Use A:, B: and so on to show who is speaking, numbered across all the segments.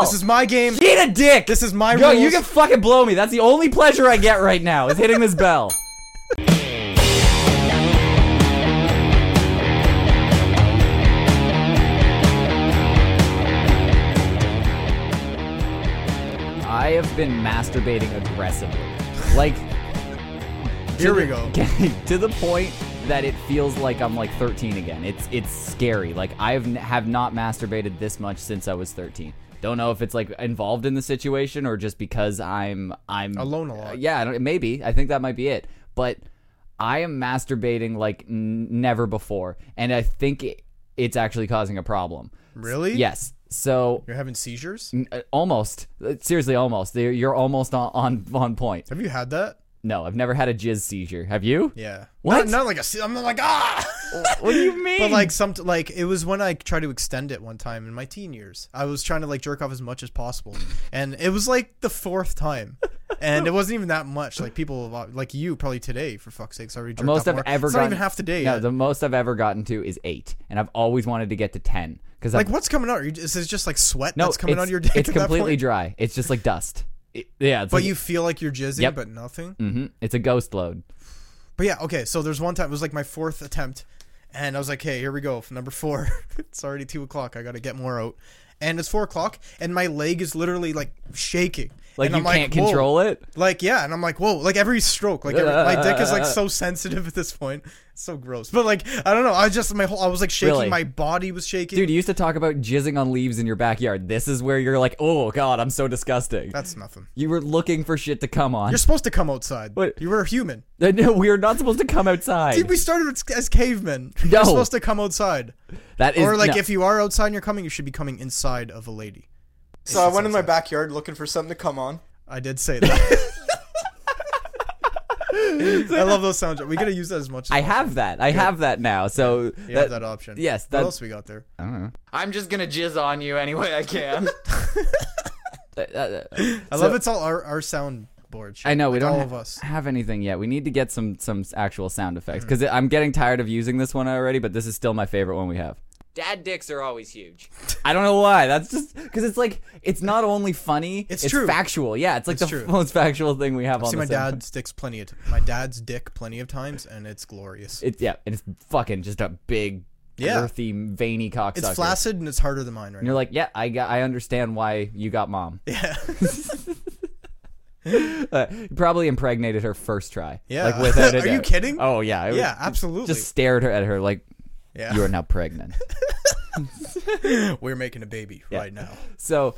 A: This is my game.
B: Eat a dick.
A: This is my
B: Yo, you
A: rules.
B: can fucking blow me. That's the only pleasure I get right now is hitting this bell. I have been masturbating aggressively. Like
A: Here we go.
B: to the point that it feels like I'm like 13 again. It's it's scary. Like I've n- have not masturbated this much since I was 13. Don't know if it's like involved in the situation or just because I'm I'm
A: Alone a lot.
B: Uh, yeah, I don't, maybe I think that might be it. But I am masturbating like n- never before, and I think it, it's actually causing a problem.
A: Really?
B: Yes. So
A: You're having seizures?
B: n- uh, almost Uh, seriously, almost You're- you're almost on on on point.
A: Have you had that?
B: No, I've never had a jizz seizure. Have you?
A: Yeah.
B: What?
A: Not, not like a. se- I'm not like ah.
B: What do you mean?
A: But like some like it was when I tried to extend it one time in my teen years. I was trying to like jerk off as much as possible, and it was like the fourth time, and it wasn't even that much. Like people like you probably today for fuck's sakes already. Jerked
B: most
A: off
B: I've
A: more.
B: ever
A: It's
B: gotten
A: not even half the day.
B: No,
A: yet.
B: the most I've ever gotten to is eight, and I've always wanted to get to ten because
A: like what's coming out? Are you- Is this just like sweat
B: no,
A: that's coming
B: it's,
A: out of your dick?
B: It's
A: at that
B: completely
A: point?
B: dry. It's just like dust. It- yeah, it's
A: But
B: like,
A: you feel like you're jizzing,
B: Yep.
A: but nothing.
B: hmm it's a ghost load.
A: But yeah, okay. So there's one time it was like my fourth attempt, and I was like, "Hey, here we go, for number four. it's already two o'clock. I gotta get more out." And it's four o'clock, and my leg is literally like shaking.
B: Like
A: and
B: you
A: I'm
B: can't
A: "Whoa."
B: control it.
A: Like yeah, and I'm like, "Whoa!" Like every stroke, like every, my dick is like so sensitive at this point. It's so gross. But like I don't know. I just my whole I was like shaking.
B: Really?
A: My body was shaking.
B: Dude, you used to talk about jizzing on leaves in your backyard. This is where you're like, oh god, I'm so disgusting.
A: that's nothing.
B: You were looking for shit to come on.
A: You're supposed to come outside.
B: Wait.
A: You were a human.
B: No, we are not supposed to come outside.
A: Dude, we started as, as cavemen.
B: No.
A: You're supposed to come outside.
B: that is
A: or like
B: no.
A: if you are outside and you're coming, you should be coming inside of a lady. So I went in my backyard looking for something to come on. I did say that. I love those sounds. We gotta use that as much. As
B: I have that. I have that now. So
A: you have that option.
B: yes,
A: What
B: that-
A: else we got there?
B: I'm just gonna jizz on you any way I can. uh,
A: I love it's all our our soundboard. shit,
B: I know we
A: like
B: don't
A: all
B: ha-
A: of us. Hmm.
B: have anything yet. We need to get some some actual sound effects because I'm getting tired of using this one already. But this is still my favorite one we have. Dad dicks are always huge. I don't know why. That's just because it's like it's not only funny.
A: It's true.
B: Factual. Yeah, it's like the
A: true.
B: most factual thing we have on
A: See,
B: the
A: my
B: sound-
A: dad sticks plenty of my dad's dick plenty of times, and it's glorious.
B: It, yeah, and it's fucking just a big,
A: Yeah.
B: earthy, veiny cocksucker.
A: it's flaccid and it's harder than mine right
B: And you're like, yeah, I got, I understand why you got mom. Yeah. probably impregnated her first try.
A: Yeah.
B: Like without a
A: Are you
B: doubt.
A: kidding?
B: Oh yeah. It was-
A: Yeah, absolutely.
B: Just stared her at her like,
A: Yeah.
B: you are now pregnant.
A: now. We're making a baby right now.
B: so,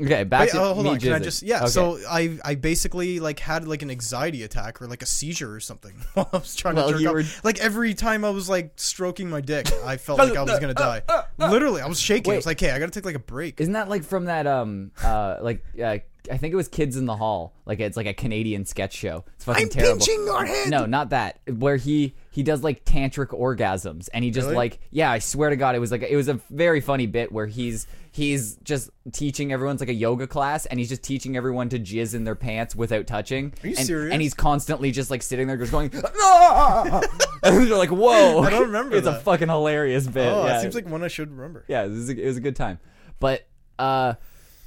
B: okay, back
A: Wait,
B: to
A: oh, hold
B: me
A: on. Can I
B: jizzing.
A: just? Yeah.
B: Okay.
A: So I I basically like had like an anxiety attack or like a seizure or something while I was trying
B: Well,
A: to jerk
B: you
A: off.
B: were-
A: Like every time I was like stroking my dick, I felt like I was gonna die. Literally, I was shaking. I was like, hey, I gotta take like a break.
B: Isn't that like from that um uh like uh, I think it was Kids in the Hall. Like it's like a Canadian sketch show. It's fucking
A: I'm
B: terrible.
A: pinching your head!
B: No, not that. Where he he does like tantric orgasms and he just
A: Really?
B: like yeah, I swear to god it was like it was a very funny bit where he's he's just teaching everyone's like a yoga class and he's just teaching everyone to jizz in their pants without touching. Are
A: you
B: and,
A: serious?
B: And he's constantly just like sitting there just going "Ah!" and they're like whoa.
A: I don't remember
B: It's a
A: that.
B: fucking hilarious bit.
A: Oh,
B: yeah
A: it seems like one I should remember.
B: yeah, it was, a, it was a good time. But uh,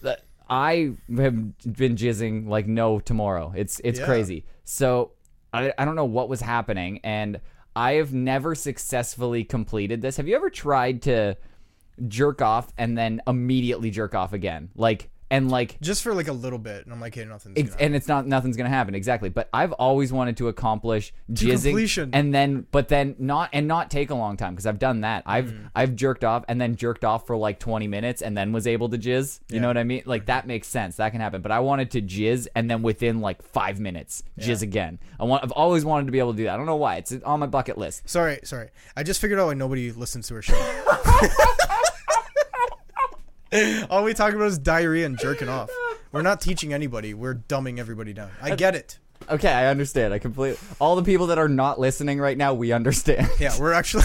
B: the- I have been jizzing like no tomorrow. It's it's
A: Yeah.
B: crazy. So I I don't know what was happening, and I have never successfully completed this. Have you ever tried to jerk off and then immediately jerk off again, like and like?
A: Just for like a little bit, and I'm like, hey, nothing's
B: Ex-
A: gonna.
B: and it's not nothing's gonna happen exactly but i've always wanted to accomplish jizzing
A: completion.
B: and then but then not and not take a long time because i've done that i've i've jerked off and then jerked off for like 20 minutes and then was able to jizz you know what i mean like that makes sense that can happen but i wanted to jizz and then within like five minutes jizz again i want i've always wanted to be able to do that i don't know why it's on my bucket list
A: Sorry, sorry. I just figured out why nobody listens to our show. All we talk about is diarrhea and jerking off. We're not teaching anybody. We're dumbing everybody down. I get it.
B: okay i understand i completely all the people that are not listening right now we understand
A: Yeah, we're actually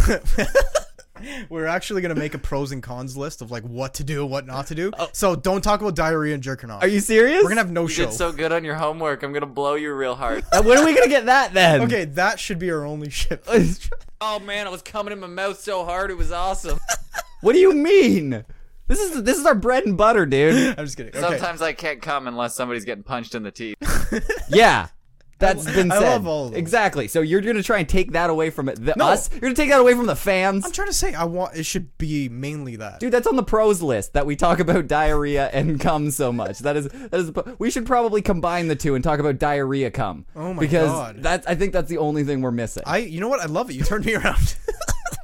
A: we're actually gonna make a pros and cons list of like what to do, what not to do. So don't talk about diarrhea and jerking off.
B: Oh. are you serious
A: We're gonna have no show.
C: good on your homework. I'm gonna blow you real hard.
B: when are we gonna get that then
A: okay, that should be our only ship.
C: oh man, I was coming in my mouth so hard it was awesome.
B: What do you mean? This is this is our bread and butter, dude.
A: I'm just kidding. Okay.
C: Sometimes I can't come unless somebody's getting punched in the teeth.
B: Yeah. That's
A: I
B: been
A: love
B: said.
A: all of those.
B: Exactly. So you're gonna try and take that away from it, the,
A: No.
B: us. You're gonna take that away from the fans,
A: I'm trying to say I want it should be mainly that.
B: dude. That's on the pros list that we talk about diarrhea and cum so much. That is that is. We should probably combine the two and talk about diarrhea cum.
A: Oh my
B: because
A: God.
B: that's I think that's the only thing we're missing.
A: I you know what? I love it. You turned me around.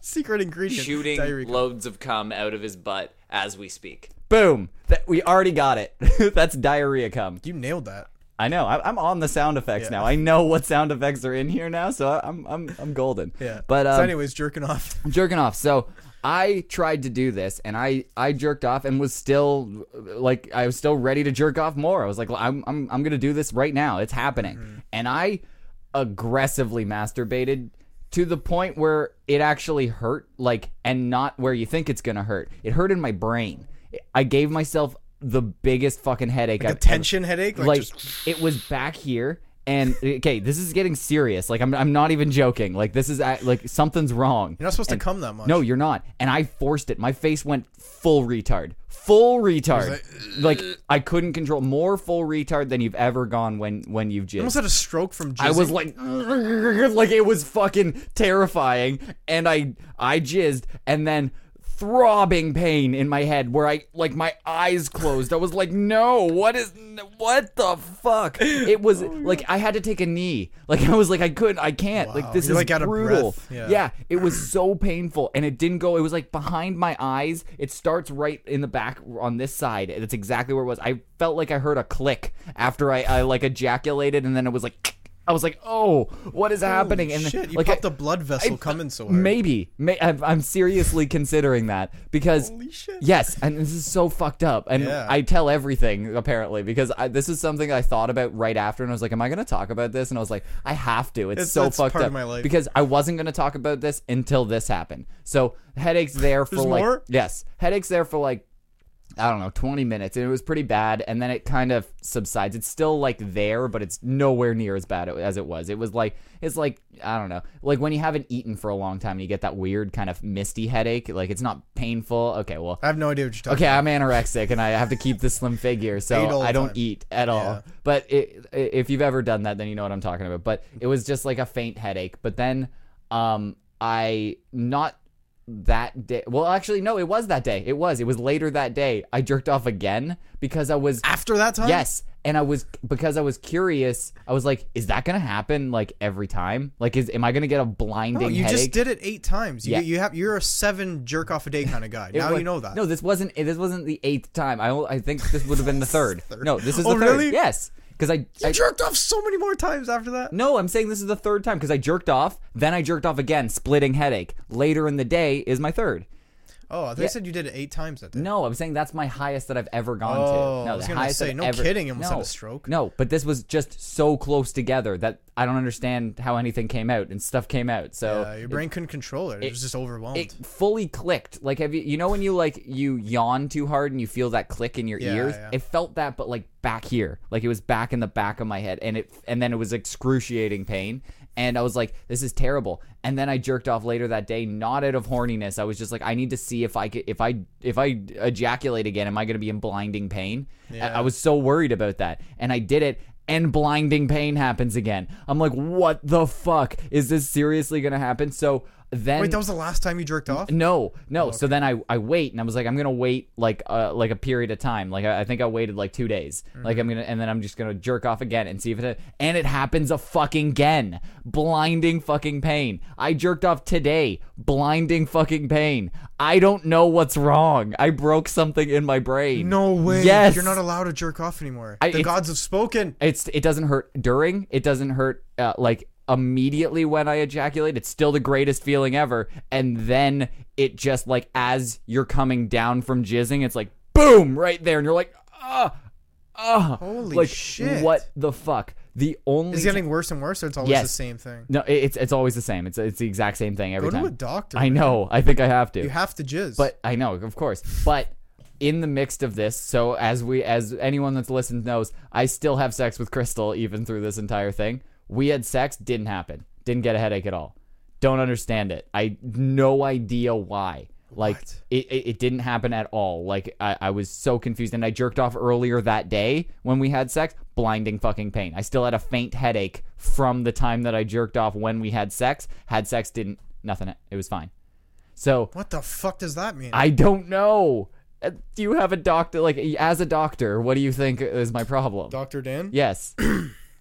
A: Secret ingredient.
D: shooting
A: Diarrhea.
D: loads of cum out of his butt as we speak.
B: Boom. That we already got it. that's diarrhea cum.
A: you nailed that.
B: I know. I- I'm on the sound effects
A: Yeah.
B: now. I know what sound effects are in here now, so I'm I'm I'm golden.
A: Yeah.
B: But um,
A: so anyways, jerking off.
B: jerking off. So I tried to do this, and I I jerked off and was still like I was still ready to jerk off more. I was like, I'm I'm I'm gonna do this right now. It's happening,
A: Mm-hmm.
B: and I aggressively masturbated to the point where it actually hurt, like, and not where you think it's gonna hurt. It hurt in my brain. I gave myself the biggest fucking headache.
A: A
B: I've ever-
A: tension headache. Like,
B: like
A: just,
B: it was back here and okay this is getting serious like i'm, I'm not even joking like this is I- like something's wrong
A: you're not supposed to come that much.
B: no you're not and i forced it my face went full retard full retard like i couldn't control more full retard than you've ever gone when when you've jizzed
A: almost had a stroke from. Jizzing.
B: I was like, like it was fucking terrifying, and I I jizzed, and then throbbing pain in my head where I like my eyes closed. I was like, no, what is what the fuck? It was
A: Oh,
B: like I had to take a knee. Like I was like I couldn't, I can't. Like
A: Wow.
B: this
A: You're,
B: is
A: like, out of
B: brutal.
A: breath. Yeah.
B: yeah, it was so painful and it didn't go it was like behind my eyes it starts right in the back on this side that's exactly where it was i felt like i heard a click after i, I like ejaculated and then it was like i was like oh what is happening and
A: shit, you
B: like
A: popped
B: I-
A: a blood vessel
B: I-
A: coming so hard.
B: maybe may, I'm, I'm seriously considering that because
A: Holy shit.
B: yes and this is so fucked up and
A: Yeah.
B: i tell everything apparently because I, this is something i thought about right after and i was like am i going to talk about this and i was like i have to it's,
A: It's-
B: so
A: it's
B: fucked
A: part
B: up
A: of my life.
B: because i wasn't going to talk about this until this happened so headaches there for
A: There's
B: like
A: more?
B: yes headaches there for like I don't know, 20 minutes, and it was pretty bad. And then it kind of subsides. It's still like there, but it's nowhere near as bad as it was. It was like it's like I don't know, like when you haven't eaten for a long time, and you get that weird kind of misty headache. Like it's not painful. Okay, well,
A: I have no idea what you're talking.
B: okay, I'm anorexic, and I have to keep this slim figure,
A: Ate all
B: so
A: the
B: I don't
A: time.
B: eat at all.
A: Yeah.
B: But it, i- if you've ever done that, then you know what I'm talking about. But it was just like a faint headache. But then, um, I not that day. Well, actually, no, it was that day. It was. It was later that day. I jerked off again because I was
A: About. After that time.
B: yes, and I was because I was curious. I was like, is that gonna happen like every time? Like, is am I gonna get a blinding
A: No, Oh, you
B: headache?
A: just did it eight times. You,
B: Yeah.
A: you have you're a seven jerk off a day kind of guy.
B: It
A: now
B: was-
A: you know that.
B: No, this wasn't. This wasn't the eighth time. I, I think this would have been the third.
A: Third.
B: No, this is
A: Oh,
B: the third.
A: really?
B: Yes, because I,
A: you
B: I
A: jerked off so many more times after that.
B: no, I'm saying this is the third time because I jerked off, then I jerked off again, splitting headache. Later in the day is my third.
A: Oh, I thought you said you did it eight times that day.
B: No, I'm saying that's my highest that I've ever gone
A: Oh,
B: to. No,
A: I was
B: the
A: gonna
B: highest
A: say,
B: I've
A: no
B: ever-
A: kidding, you almost
B: no,
A: had a stroke.
B: No, but this was just so close together that I don't understand how anything came out and stuff came out. So
A: Yeah, Uh, your brain couldn't control it. It, was just overwhelmed.
B: it fully clicked. Like have you you know when you like you yawn too hard and you feel that click in your
A: Yeah,
B: ears?
A: yeah.
B: It felt that but like back here. Like it was back in the back of my head and it and then it was excruciating pain and I was like this is terrible. And then I jerked off later that day not out of horniness. I was just like I need to see if I could if I if I ejaculate again am I going to be in blinding pain?
A: Yeah.
B: I was so worried about that and I did it and blinding pain happens again. I'm like what the fuck is this seriously going to happen? So then
A: Wait, that was the last time you jerked off?
B: no, no. So then I, I wait and I was like, I'm gonna wait like uh, like a period of time. Like I, I think I waited like two days.
A: Mm-hmm.
B: Like I'm gonna and then I'm just gonna jerk off again and see if it and it happens a fucking again. Blinding fucking pain. I jerked off today. Blinding fucking pain. I don't know what's wrong. I broke something in my brain.
A: No way.
B: Yes.
A: You're not allowed to jerk off anymore.
B: I-
A: the
B: it's-
A: gods have spoken.
B: It's it doesn't hurt during. It doesn't hurt uh, like immediately when I ejaculate. It's still the greatest feeling ever. And then it just like as you're coming down from jizzing, it's like boom right there, and you're like ah ah.
A: Holy
B: like,
A: shit.
B: What the fuck? The only
A: It's getting worse and worse, or it's always the
B: Yes.
A: same thing.
B: no, it- it's it's always the same. It's it's the exact same thing every
A: Go to
B: time.
A: a doctor.
B: I know. I think I have to.
A: You have to jizz.
B: But I know, of course. But in the midst of this, so as we as anyone that's listened knows, I still have sex with Crystal even through this entire thing. We had sex, didn't happen. Didn't get a headache at all. Don't understand it. I no idea why. Like
A: What?
B: it, it, it didn't happen at all. Like I, I was so confused, and I jerked off earlier that day when we had sex. Blinding fucking pain. I still had a faint headache from the time that I jerked off when we had sex. Had sex, didn't nothing. It was fine. So
A: What the fuck does that mean?
B: I don't know. Uh, Do you have a doctor? Like as a doctor, what do you think is my problem?
A: Doctor Dan.
B: yes,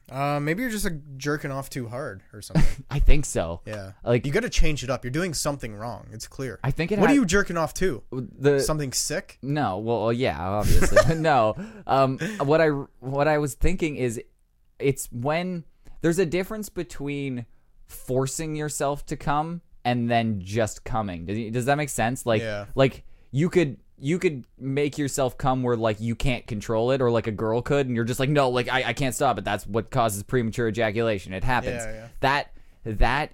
A: Uh, maybe you're just like, jerking off too hard or something.
B: I think so.
A: Yeah.
B: Like-
A: you got to change it up. You're doing something wrong. It's clear.
B: I think it
A: What
B: had- Uh,
A: are you jerking off to?
B: The
A: Something sick?
B: No, well, uh, yeah, obviously, no. Um, what I what I was thinking is, it's when there's a difference between forcing yourself to come and then just coming. Does, does that make sense? Like,
A: Yeah.
B: like you could you could make yourself come where like you can't control it, or like a girl could, and you're just like, no, like I, I can't stop it. That's what causes premature ejaculation. It happens.
A: Yeah, yeah.
B: That that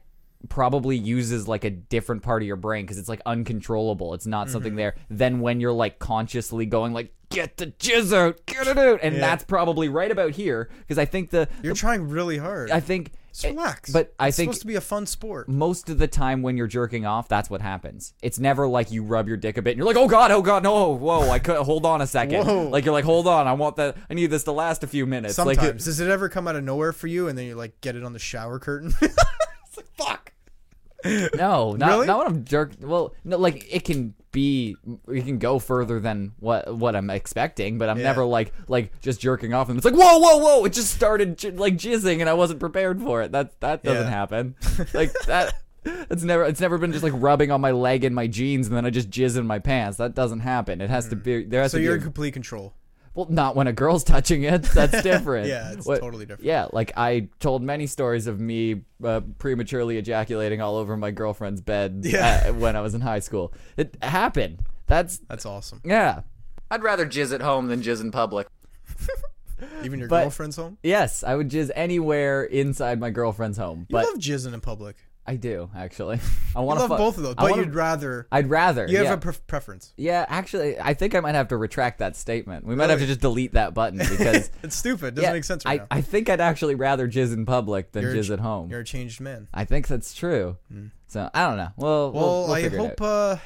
B: probably uses like a different part of your brain because it's like uncontrollable. It's not
A: Mm-hmm.
B: something there. Then when you're like consciously going like get the jizz out, get it out, and that's probably right about here because I think the
A: You're trying really hard.
B: I think
A: Just relax.
B: but I
A: it's
B: think-
A: supposed to be a fun sport.
B: most of the time when you're jerking off, that's what happens. It's never like you rub your dick a bit and you're like, oh god, oh god, no, whoa, I could hold on a second.
A: Whoa.
B: Like you're like, hold on, I want that, I need this to last a few minutes.
A: Sometimes
B: Like,
A: does it ever come out of nowhere for you, and then you like get it on the shower curtain?
B: No, not
A: Really?
B: not when I'm jerk. Well, no, like it can be, it can go further than what what I'm expecting. But I'm never like like just jerking off, and it's like whoa, whoa, whoa! It just started j- like jizzing, and I wasn't prepared for it. That that doesn't
A: Yeah.
B: happen. Like that. It's never it's never been just like rubbing on my leg and my jeans and then I just jizz in my pants. That doesn't happen. It has to be there has
A: Hmm. so
B: to
A: you're
B: be
A: in
B: a-
A: complete control.
B: well, not when a girl's touching it. That's different.
A: Yeah, it's totally different.
B: Yeah, like I told many stories of me uh, prematurely ejaculating all over my girlfriend's bed
A: Yeah.
B: uh, when I was in high school. It happened. That's
A: That's awesome.
B: yeah.
C: I'd rather jizz at home than jizz in public.
A: Even your
B: But-
A: girlfriend's home.
B: Yes, I would jizz anywhere inside my girlfriend's home,
A: You
B: but
A: love jizzing in public.
B: I do actually. I
A: I
B: want to
A: love both of those,
B: I
A: but
B: wanna-
A: you'd rather.
B: I'd rather.
A: You have
B: yeah.
A: a pref preference.
B: yeah, actually, I think I might have to retract that statement. We might have to just delete that button because
A: It's stupid. Doesn't
B: yeah,
A: make sense right
B: I,
A: now.
B: I think I'd actually rather jizz in public than
A: You're a
B: jizz
A: ch-
B: at home.
A: You're a changed man.
B: I think that's true. So I don't know. Well, we'll,
A: Hmm. Well,
B: we'll
A: I
B: figure it
A: hope
B: out.
A: uh,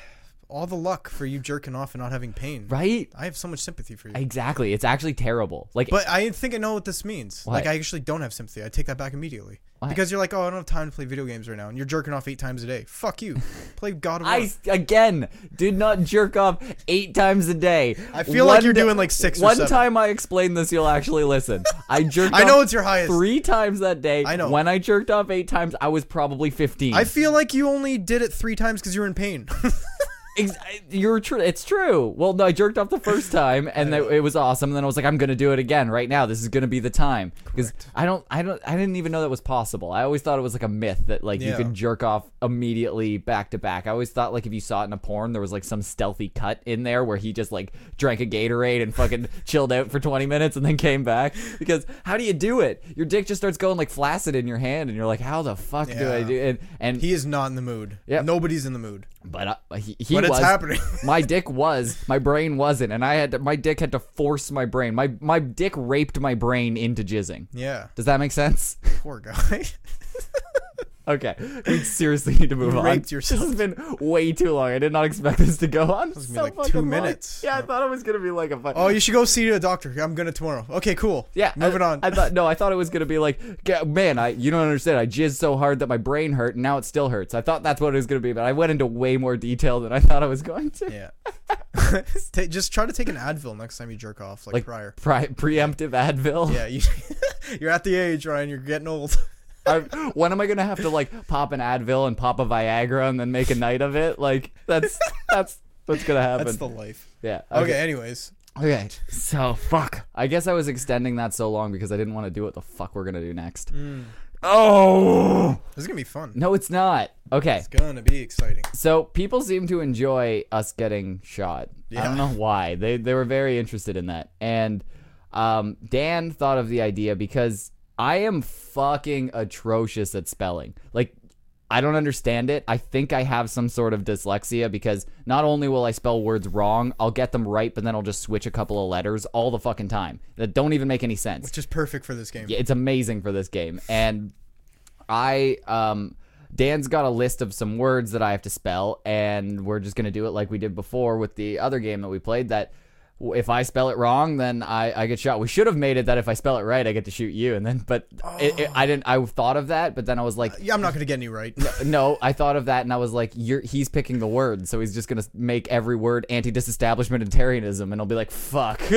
A: all the luck for you jerking off and not having pain.
B: right?
A: I have so much sympathy for you.
B: Exactly. It's actually terrible. Like,
A: but I think I know what this means.
B: What?
A: Like I actually don't have sympathy. I take that back immediately. Because you're like, oh, I don't have time to play video games right now, and you're jerking off eight times a day. Fuck you. Play God of War.
B: I again did not jerk off eight times a day.
A: I feel like you're doing, like, six or
B: One
A: seven.
B: time I explain this, you'll actually listen. I jerked.
A: I know
B: off
A: it's your highest.
B: Three times that day.
A: I know.
B: When I jerked off eight times, I was probably fifteen.
A: I feel like you only did it three times because you were in pain.
B: Ex- you're true. It's true. Well, no, I jerked off the first time, and that, it was awesome. And then I was like, I'm gonna do it again right now. This is gonna be the time because I don't, I don't, I didn't even know that was possible. I always thought it was like a myth that like you
A: Yeah.
B: can jerk off immediately back to back. I always thought like if you saw it in a porn, there was like some stealthy cut in there where he just like drank a Gatorade and fucking chilled out for 20 minutes and then came back. Because how do you do it? Your dick just starts going like flaccid in your hand, and you're like, how the fuck do I
A: Yeah.
B: do? And and
A: he is not in the mood.
B: Yep.
A: Nobody's in the mood.
B: but I, he, he
A: But it's
B: was.
A: happening.
B: my dick was. My brain wasn't, and I had to, my dick had to force my brain. My my dick raped my brain into jizzing.
A: Yeah.
B: Does that make sense?
A: Poor guy.
B: Okay, we seriously need to move
A: You
B: on.
A: raped yourself.
B: This has been way too long. I did not expect this to go on. It's
A: gonna be like two minutes.
B: Yeah, I thought it was gonna be like a. Fun-
A: oh, you should go see a doctor. I'm gonna tomorrow. Okay, cool.
B: Yeah,
A: Moving
B: I,
A: on.
B: I thought no, I thought it was gonna be like, "G- man, I you don't understand. I jizzed so hard that my brain hurt, and now it still hurts. I thought that's what it was gonna be, but I went into way more detail than I thought I was going to.
A: yeah. Ta just try to take an Advil next time you jerk off, like,
B: like
A: prior.
B: pri- preemptive Advil.
A: Yeah, you, you're at the age, Ryan. You're getting old.
B: I, when am I gonna have to like pop an Advil and pop a Viagra and then make a night of it? Like that's that's what's gonna happen.
A: That's the life.
B: yeah.
A: Okay. anyways,
B: Okay. So fuck. I guess I was extending that so long because I didn't want to do what the fuck we're gonna do next. Oh
A: this is gonna be fun.
B: no, it's not. Okay.
A: It's gonna be exciting.
B: So people seem to enjoy us getting shot. I don't know why. They they were very interested in that. And um, Dan thought of the idea because I am fucking atrocious at spelling. Like I don't understand it. I think I have some sort of dyslexia because not only will I spell words wrong, I'll get them right, but then I'll just switch a couple of letters all the fucking time that don't even make any sense
A: Just perfect for this game.
B: yeah, it's amazing for this game. And I um Dan's got a list of some words that I have to spell, and we're just gonna do it like we did before with the other game that we played. That w- if I spell it wrong, then I, I get shot. We should have made it that if I spell it right, I get to shoot you. And then, but it, it- I didn't. I thought of that, but then I was like,
A: Yeah, I'm not gonna get any right.
B: no, I thought of that, and I was like, You're, he's picking the word, so he's just gonna make every word anti-disestablishmentarianism, and I'll be like, fuck.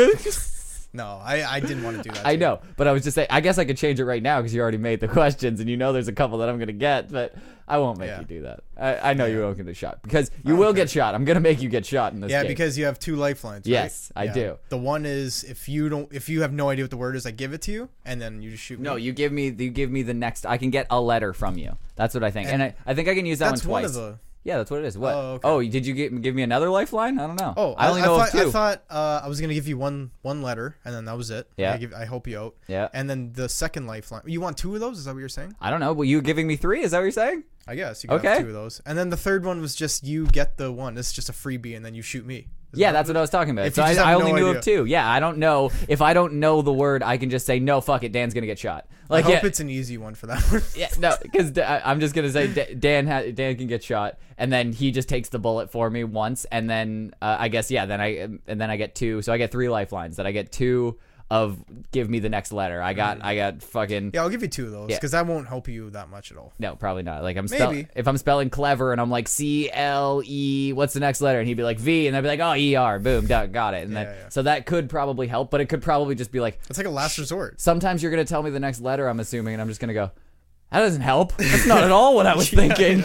A: No, I, I didn't want to do that.
B: I
A: to you.
B: know, but I was just saying. I guess I could change it right now because you already made the questions, and you know there's a couple that I'm gonna get, but I won't make
A: Yeah. Oh,
B: you do that. I, I know you won't get a shot because you will get shot. I'm gonna make you get shot in this.
A: Yeah,
B: game.
A: because you have two lifelines. right?
B: Yes, I
A: Yeah.
B: do.
A: The one is if you don't, if you have no idea what the word is, I give it to you, and then you just shoot.
B: no,
A: me.
B: you give me you give me the next. I can get a letter from you. That's what I think, and, I, I think I can use that
A: that's one
B: one twice.
A: of the.
B: yeah, that's what it is. What?
A: Oh, okay.
B: did you get, give me another lifeline? I don't know.
A: Oh,
B: I only know
A: thought,
B: of two.
A: I thought uh, I was gonna give you one one letter, and then that was it.
B: Yeah.
A: I, give, I hope you out.
B: Yeah.
A: And then the second lifeline. You want two of those? Is that what you're saying?
B: I don't know. Well, you giving me three? Is that what you're saying?
A: I guess you can
B: Okay.
A: have two of those. And then the third one was just you get the one. It's just a freebie, and then you shoot me. Is
B: Yeah,
A: that-
B: that's what I was talking about.
A: If
B: So
A: you
B: I,
A: just have
B: I only
A: no
B: knew of
A: idea.
B: two. Yeah, I don't know. If I don't know the word, I can just say no. Fuck it, Dan's gonna get shot.
A: I
B: Like,
A: hope
B: yeah,
A: it's an easy one for that one.
B: yeah, no, because I'm just gonna say Da- Dan ha- Dan can get shot, and then he just takes the bullet for me once, and then uh, I guess yeah, then I and then I get two, so I get three lifelines. Then I get two of give me the next letter. I got I got fucking
A: Yeah, I'll give you two of those because that won't help you that much at all.
B: no, probably not. Like I'm spelling
A: Maybe.
B: if I'm spelling clever and I'm like C L E, what's the next letter? And he'd be like V, and I'd be like oh E R, boom, done, got it. And then
A: Yeah, yeah.
B: so that could probably help, but it could probably just be like
A: It's like a last resort.
B: sometimes you're gonna tell me the next letter. I'm assuming, and I'm just gonna go. That doesn't help. That's not at all what I was thinking.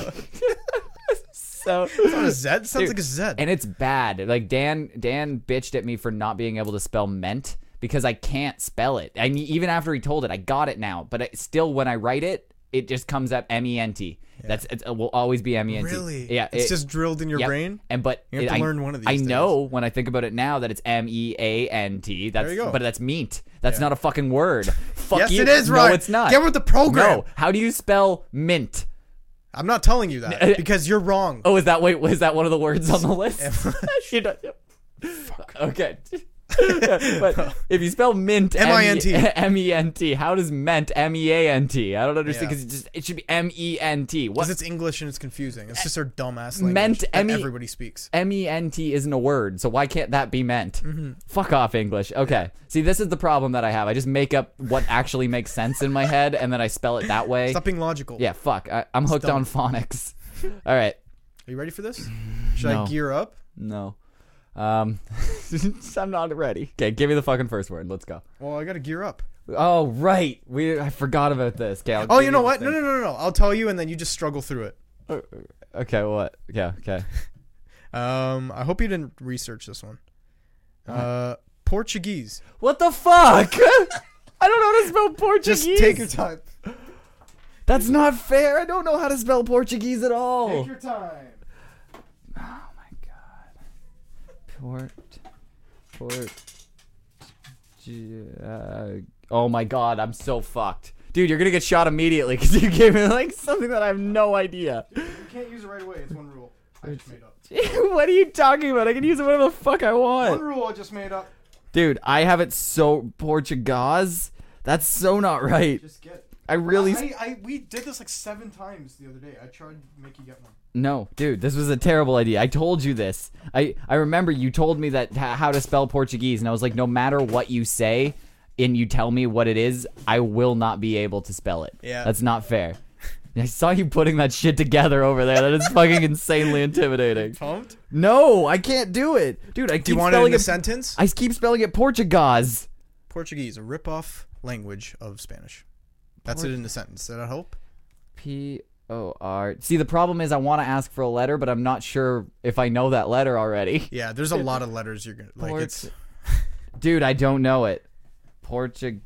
B: so
A: It's not a Z. Sounds
B: Dude,
A: like a Z.
B: and it's bad. Like Dan, Dan bitched at me for not being able to spell meant because I can't spell it. And e, even after he told it, I got it now. But it, still, when I write it, it just comes up M E N T. That's it will always be M E N T.
A: Really?
B: Yeah.
A: It's
B: it-
A: just drilled in your
B: yep.
A: brain.
B: And but
A: You have to
B: I-
A: learn one of these
B: I
A: days.
B: know when I think about it now that it's M E A N T. That's
A: you go.
B: but that's meat. That's not a fucking word. Fuck
A: Yes,
B: you.
A: it is, Ryan.
B: No, it's not.
A: Get with the program.
B: No. How do you spell mint?
A: I'm not telling you that because you're wrong.
B: Oh, is that wait? Was that one of the words on the list? You don't- Okay. but if you spell mint
A: M-I-N-T.
B: M E N T, how does ment M E A N T? I don't understand
A: Yeah.
B: because it just it should be M E N T.
A: Because
B: What
A: it's English and it's confusing. It's just our dumbass language
B: Meant E
A: that
B: Emmy-
A: everybody speaks.
B: M E N T isn't a word, so why can't that be meant?
A: Mm-hmm.
B: Fuck off English. Okay. See, this is the problem that I have. I just make up what actually makes sense in my head and then I spell it that way.
A: Stop being logical.
B: Yeah, fuck. I, I'm hooked on phonics. All right.
A: Are you ready for this? Should
B: Mm, No.
A: I gear up?
B: No. Um, I'm not ready. Okay, give me the fucking first word. Let's go.
A: Well, I gotta gear up.
B: Oh right, we I forgot about this. Okay. I'll
A: Oh,
B: give
A: you know
B: the
A: what?
B: thing.
A: No, no, no, no, no. I'll tell you, and then you just struggle through it.
B: Okay, what? Yeah, okay.
A: Um, I hope you didn't research this one. Uh, Portuguese.
B: What the fuck? I don't know how to spell Portuguese.
A: Just take your time.
B: That's not fair. I don't know how to spell Portuguese at all. Oh,
A: Take your time.
B: Port, port. Uh, oh my god, I'm so fucked, dude. You're gonna get shot immediately because you gave me like something that I have no idea.
A: You can't use it right away. It's one rule. I just made up.
B: what are you talking about? I can use it whatever the fuck I want.
A: rule I just made up.
B: Dude, I have it so Portuguese. That's so not right.
A: Just get.
B: I really
A: I, we did this like seven times the other day. I tried to make you get one.
B: no, dude. This was a terrible idea. I told you this. I I remember you told me that h- how to spell Portuguese, and I was like, no matter what you say, and you tell me what it is, I will not be able to spell it.
A: Yeah.
B: that's not fair. I saw you putting that shit together over there. That is fucking insanely intimidating.
A: Pumped?
B: No, I can't do it, dude. I keep
A: Do you want it
B: spelling
A: in a sentence?
B: I keep spelling it Portuguese.
A: Portuguese, a rip-off language of Spanish. That's it in a sentence. Did that help?
B: P O R. See, the problem is I want to ask for a letter, but I'm not sure if I know that letter already.
A: Yeah, there's a lot of letters you're gonna like.
B: Port-
A: It's
B: Dude, I don't know it. Portug.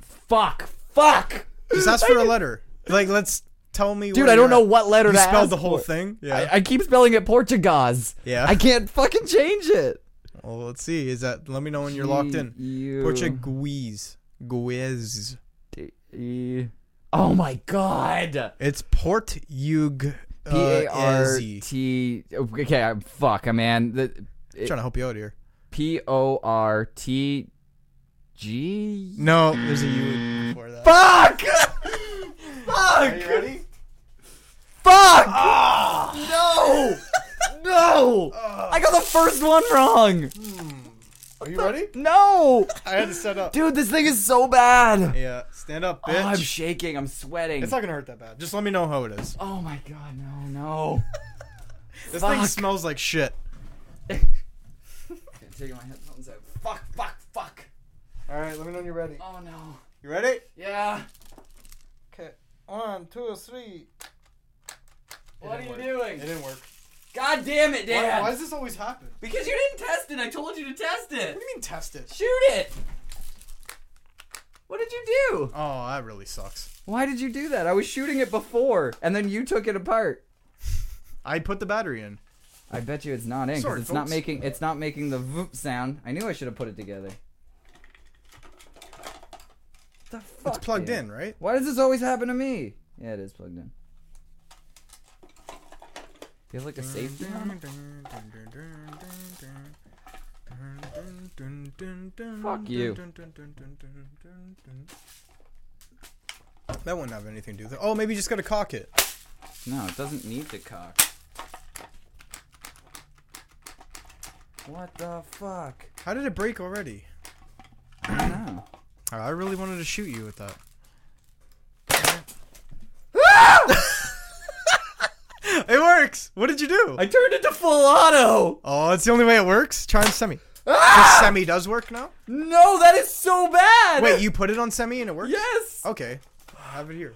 B: Fuck. Fuck.
A: just ask for a letter. Like, let's tell me.
B: Dude,
A: where
B: I don't
A: you're
B: know
A: at.
B: what letter
A: You
B: to
A: spelled
B: ask
A: the whole
B: for.
A: thing. Yeah.
B: I, I keep spelling it Portuguese.
A: Yeah.
B: I can't fucking change it.
A: well, let's see. Is that? Let me know when you're locked in.
B: You-
A: Portuguese. Guiz.
B: E- Oh my god.
A: It's uh, Port Yug.
B: P A R T. Okay, I'm fuck, man. The
A: Trying to help you out here.
B: P O R T G. E?
A: No, there's a U before that.
B: Fuck! Fuck!
A: ready?
B: Fuck!
A: Ah.
B: No! I got the first one wrong!
A: Are you ready?
B: No!
A: I had to set up.
B: Dude, this thing is so bad!
A: Yeah, stand up,
B: Oh, I'm
A: bitch.
B: shaking, I'm sweating.
A: it's not gonna hurt that bad. Just let me know how it is.
B: oh my god, no, no.
A: This thing
B: fuck.
A: smells like shit.
B: okay, taking my headphones out. Fuck, fuck, fuck.
A: All right, let me know when you're ready.
B: Oh no.
A: You ready?
B: Yeah.
A: Okay. One, two, three.
B: What are you
A: It
B: doing?
A: didn't work.
B: God damn it,
A: Why,
B: Dan!
A: why does this always happen? What
B: Because you didn't test it, I told you to test it!
A: do you mean test it?
B: Shoot it! What did you do?
A: Oh, that really sucks.
B: Why did you do that? I was shooting it before, and then you took it apart.
A: I put the battery in.
B: I bet you it's not in because
A: Sorry,
B: it's not
A: folks.
B: making it's not making the voop sound. I knew I should have put it together. The fuck,
A: It's plugged
B: dude?
A: in, right?
B: Why does this always happen to me? Yeah, it is plugged in. Do you have like a safety? on? Fuck you.
A: That wouldn't have anything to do with it. Oh, maybe you just gotta cock it.
B: No, it doesn't need to cock. What the fuck?
A: How did it break already?
B: I don't know.
A: I really wanted to shoot you with that. it works. What did you do?
B: I turned it to full auto.
A: oh, it's the only way it works. Try on semi. Ah! Semi does work now.
B: No, that is so bad.
A: Wait, you Oh, put it on semi and it works.
B: Yes.
A: Okay. I have it here.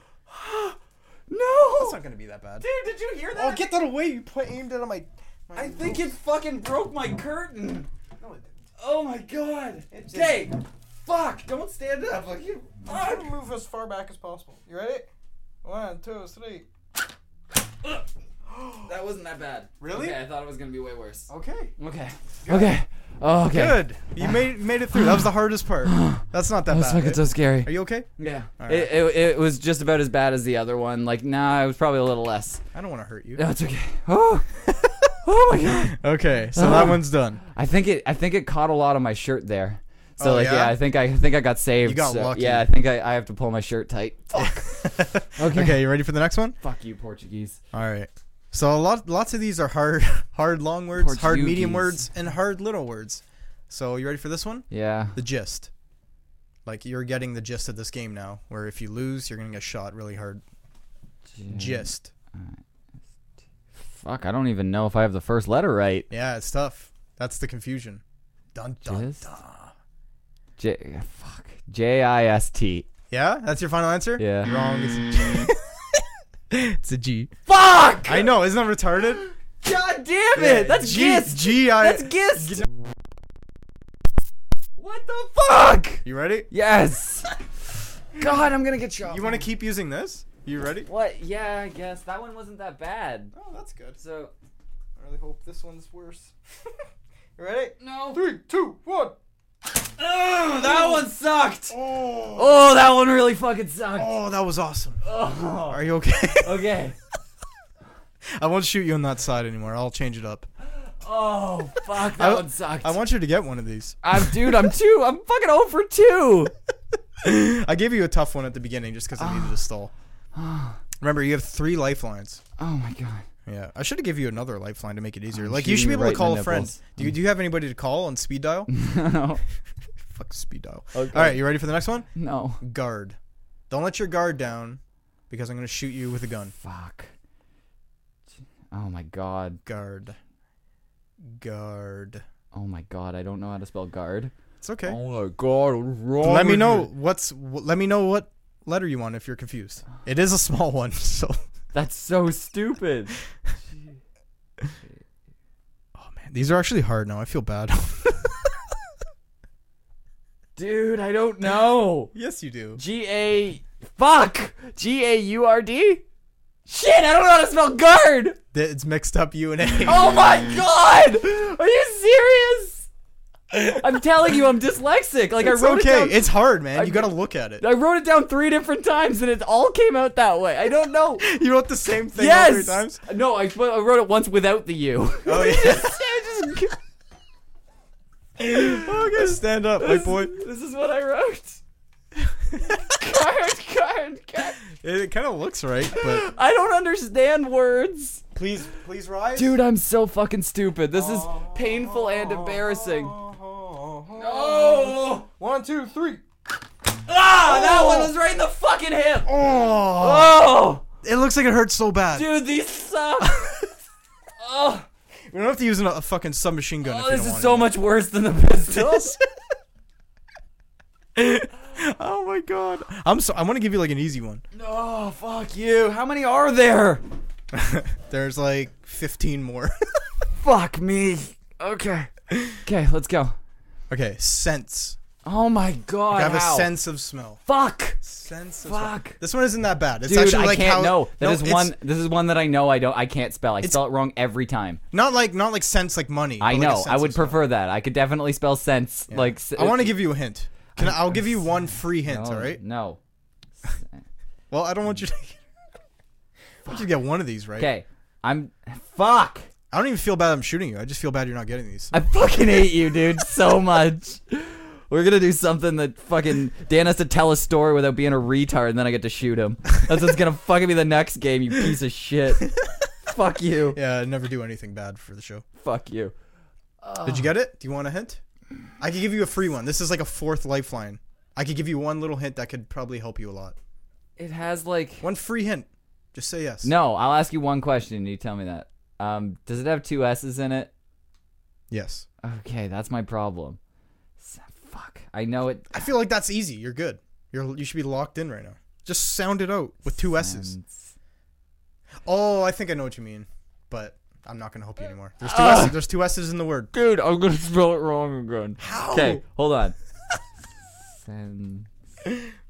B: No.
A: It's not gonna be that bad.
B: Dude, did you hear that?
A: Oh, get that away! You put aimed it on my. my
B: I think it fucking broke my curtain.
A: No, it didn't.
B: Oh my god. Okay. Fuck. Don't stand up. Like you.
A: Try
B: Fuck.
A: to move as far back as possible. You ready? One, two, three.
B: That wasn't that bad.
A: Really?
B: Okay, I thought it was gonna be way worse.
A: Okay.
B: Okay. Okay. Oh, okay.
A: Good. You made made it through. That was the hardest part. That's not that
B: That was
A: bad.
B: fucking
A: right?
B: so scary.
A: Are you okay?
B: Yeah.
A: All
B: It, it, it was just about as bad as the other one. Like, nah, it was probably a little less.
A: I don't want to hurt you.
B: No, it's okay. Oh. oh my god.
A: Okay, so that
B: Ah.
A: one's done.
B: I think it. I think it caught a lot on my shirt there. So
A: Oh,
B: like, yeah?
A: yeah?
B: I think I, I think I got saved.
A: You got
B: so-
A: lucky. Oh,
B: Yeah, I think I, I have to pull my shirt tight.
A: okay. you ready for the next one?
B: Fuck you, Portuguese.
A: All right. So a lot, lots of these are hard, hard long words, hard medium words,
B: Portuguese.
A: and hard little words. So you ready for this one?
B: Yeah.
A: The gist. Like you're getting the gist of this game now. Where if you lose, you're gonna get shot really hard. Mm. Gist.
B: Fuck, I don't even know if I have the first letter right.
A: Yeah, it's tough. That's the confusion. Dun dun
B: Gist?
A: dun.
B: J. Fuck. J I S T.
A: Yeah, that's your final answer.
B: Yeah.
A: Wrong. It's a G. it's a G.
B: Fuck!
A: I know. Isn't that retarded?
B: God damn it! That's
A: G.
B: gist.
A: G. I.
B: That's gist. What the fuck?
A: You ready?
B: Yes. God, I'm gonna get shot.
A: You want to keep using this? You ready?
B: What? Yeah, I guess that one wasn't that bad.
A: Oh, that's good.
B: So
A: I really hope this one's worse. you ready?
B: no.
A: Three, two, one.
B: Oh, that one sucked.
A: Oh.
B: Oh, that one really fucking sucked.
A: Oh, that was awesome.
B: Oh.
A: Are you okay?
B: Okay.
A: I won't shoot you on that side anymore. I'll change it up.
B: Oh, fuck,
A: I-
B: that one sucked.
A: I want you to get one of these.
B: I'm dude. I'm two. I'm fucking over for two.
A: I gave you a tough one at the beginning just because I
B: Ah.
A: needed a stall. Remember, you have three lifelines.
B: Oh my god.
A: Yeah, I should have give you another lifeline to make it easier.
B: I'm
A: like you should
B: shooting
A: be able
B: right in
A: to
B: the
A: call a friend.
B: nipples.
A: Do you, do you have anybody to call on speed dial?
B: no,
A: Fuck speed dial.
B: Okay.
A: All right, you ready for the next one?
B: no.
A: Guard. Don't let your guard down, because I'm gonna shoot you with a gun.
B: Fuck. Oh my god.
A: Guard. Guard.
B: Oh my god. I don't know how to spell guard.
A: It's okay.
B: Oh my god. what's wrong
A: let me
B: with
A: know
B: you?
A: what's. wh- let me know what letter you want if you're confused. It is a small one, so.
B: That's so stupid.
A: Oh man, these are actually hard now. I feel bad.
B: Dude, I don't know.
A: yes, you do.
B: G A. Fuck. G A U R D. Shit. I don't know how to spell guard.
A: Th- It's mixed up U and A.
B: Oh my god. Are you serious? I'm telling you, I'm dyslexic. Like
A: it's
B: I wrote
A: okay.
B: it down
A: It's hard, man. you
B: I-
A: gotta look at it.
B: I wrote it down three different times and it all came out that way. I don't know.
A: You wrote the same thing all
B: yes.
A: three times.
B: No, I, sw- I wrote it once without the U.
A: Oh yeah.
B: I just-
A: okay, stand up, my boy.
B: This is what I wrote. card, card, card.
A: It, kind of looks right, but
B: I don't understand words.
A: please, please rise,
B: Dude, I'm so fucking stupid. This is painful and embarrassing.
A: Oh.
B: No!
E: One, two, three.
B: Ah, that one was right in the fucking hip.
A: Oh,
B: Oh,
A: it looks like it hurts so bad.
B: dude, these suck. oh,
A: We don't have to use a, a fucking submachine gun. if you
B: oh, this
A: don't
B: is
A: want
B: so
A: it.
B: much worse than the pistols.
A: oh my god. I'm so. I want to give you like an easy one.
B: oh, fuck you. How many are there?
A: There's like 15 more.
B: Fuck me. Okay. Okay, let's go.
A: okay, sense.
B: Oh my god.
A: I have
B: how?
A: a sense of smell.
B: Fuck.
A: Sense of smell.
B: Fuck.
A: This one isn't that bad. It's
B: Dude,
A: actually like
B: I can't
A: how
B: know. That
A: No,
B: is
A: it's
B: one. This is one that I know. I don't. I can't spell. I
A: It's-
B: spell it wrong every time.
A: Not like not like sense like money.
B: I
A: but like a
B: know. I
A: sense
B: would
A: of smell.
B: prefer that. I could definitely spell sense. Like s-
A: I want to give you a hint. Can I, I'll give you one free hint,
B: No,
A: all right?
B: No.
A: Well, I don't want you to I want you to get one of these, right?
B: Okay. I'm. Fuck.
A: I don't even feel bad I'm shooting you. I just feel bad you're not getting these.
B: I fucking hate you, dude, so much. We're gonna do something that fucking Dan has to tell a story without being a retard, and then I get to shoot him. That's what's gonna fucking be the next game, you piece of shit. Fuck you.
A: yeah, I never do anything bad for the show.
B: Fuck you.
A: Did you get it? Do you want a hint? I could give you a free one. This is like a fourth lifeline. I could give you one little hint that could probably help you a lot.
B: It has like
A: One free hint. Just say yes.
B: no. I'll ask you one question, and you tell me that. Um, does it have two s's in it?
A: Yes.
B: Okay, that's my problem. S- Fuck. I know it.
A: I feel like that's easy. You're good. You're you should be locked in right now. Just sound it out with two s's.
B: Sense.
A: Oh, I think I know what you mean, but I'm not gonna help you anymore. There's two s's. There's two s's in the word.
B: Dude, I'm gonna spell it wrong again.
A: How?
B: Okay, hold on. Sen-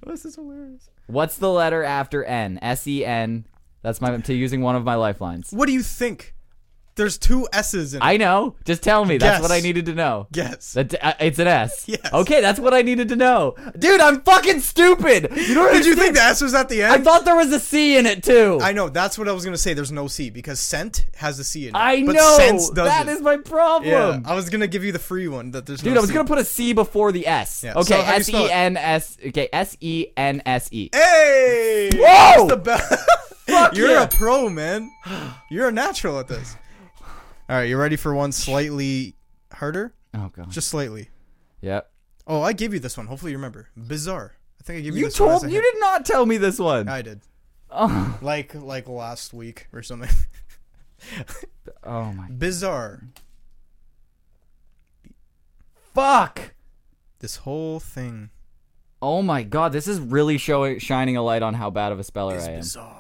A: This is hilarious.
B: What's the letter after N? S E N. That's my to using one of my lifelines.
A: What do you think? There's two s's in. it.
B: I know. Just tell me. That's what I
A: Guess.
B: needed to know.
A: guess.
B: That, uh, it's an S.
A: Yes.
B: Okay, that's what I needed to know. Dude, I'm fucking stupid. You know what
A: Did you think the s was at the
B: I
A: end?
B: thought there was a C in it too.
A: I know. That's what I was gonna say. There's no c because scent has a c in it.
B: I
A: but
B: know.
A: Sense doesn't.
B: that is my problem.
A: yeah. I was gonna give you the free one that there's.
B: Dude,
A: no
B: I was
A: C.
B: gonna put a C before the S.
A: Yeah.
B: Okay,
A: So how do you
B: S
A: spell
B: E
A: it?
B: N S. Okay, S E N S E.
A: Hey!
B: Whoa!
A: That's the best. You're
B: yeah.
A: a pro, man. You're a natural at this. All right, you ready for one slightly harder?
B: Oh god.
A: Just slightly.
B: Yep.
A: Oh, I gave you this one. Hopefully you remember. Bizarre. I think I gave you,
B: You
A: this one Uh, as
B: told
A: a
B: you
A: hint.
B: did not tell me this one.
A: I did.
B: oh.
A: Like like last week or something.
B: oh my.
A: Bizarre.
B: Fuck.
A: This whole thing
B: Oh my god, this is really showing shining a light on how bad of a speller
A: is
B: I am.
A: bizarre.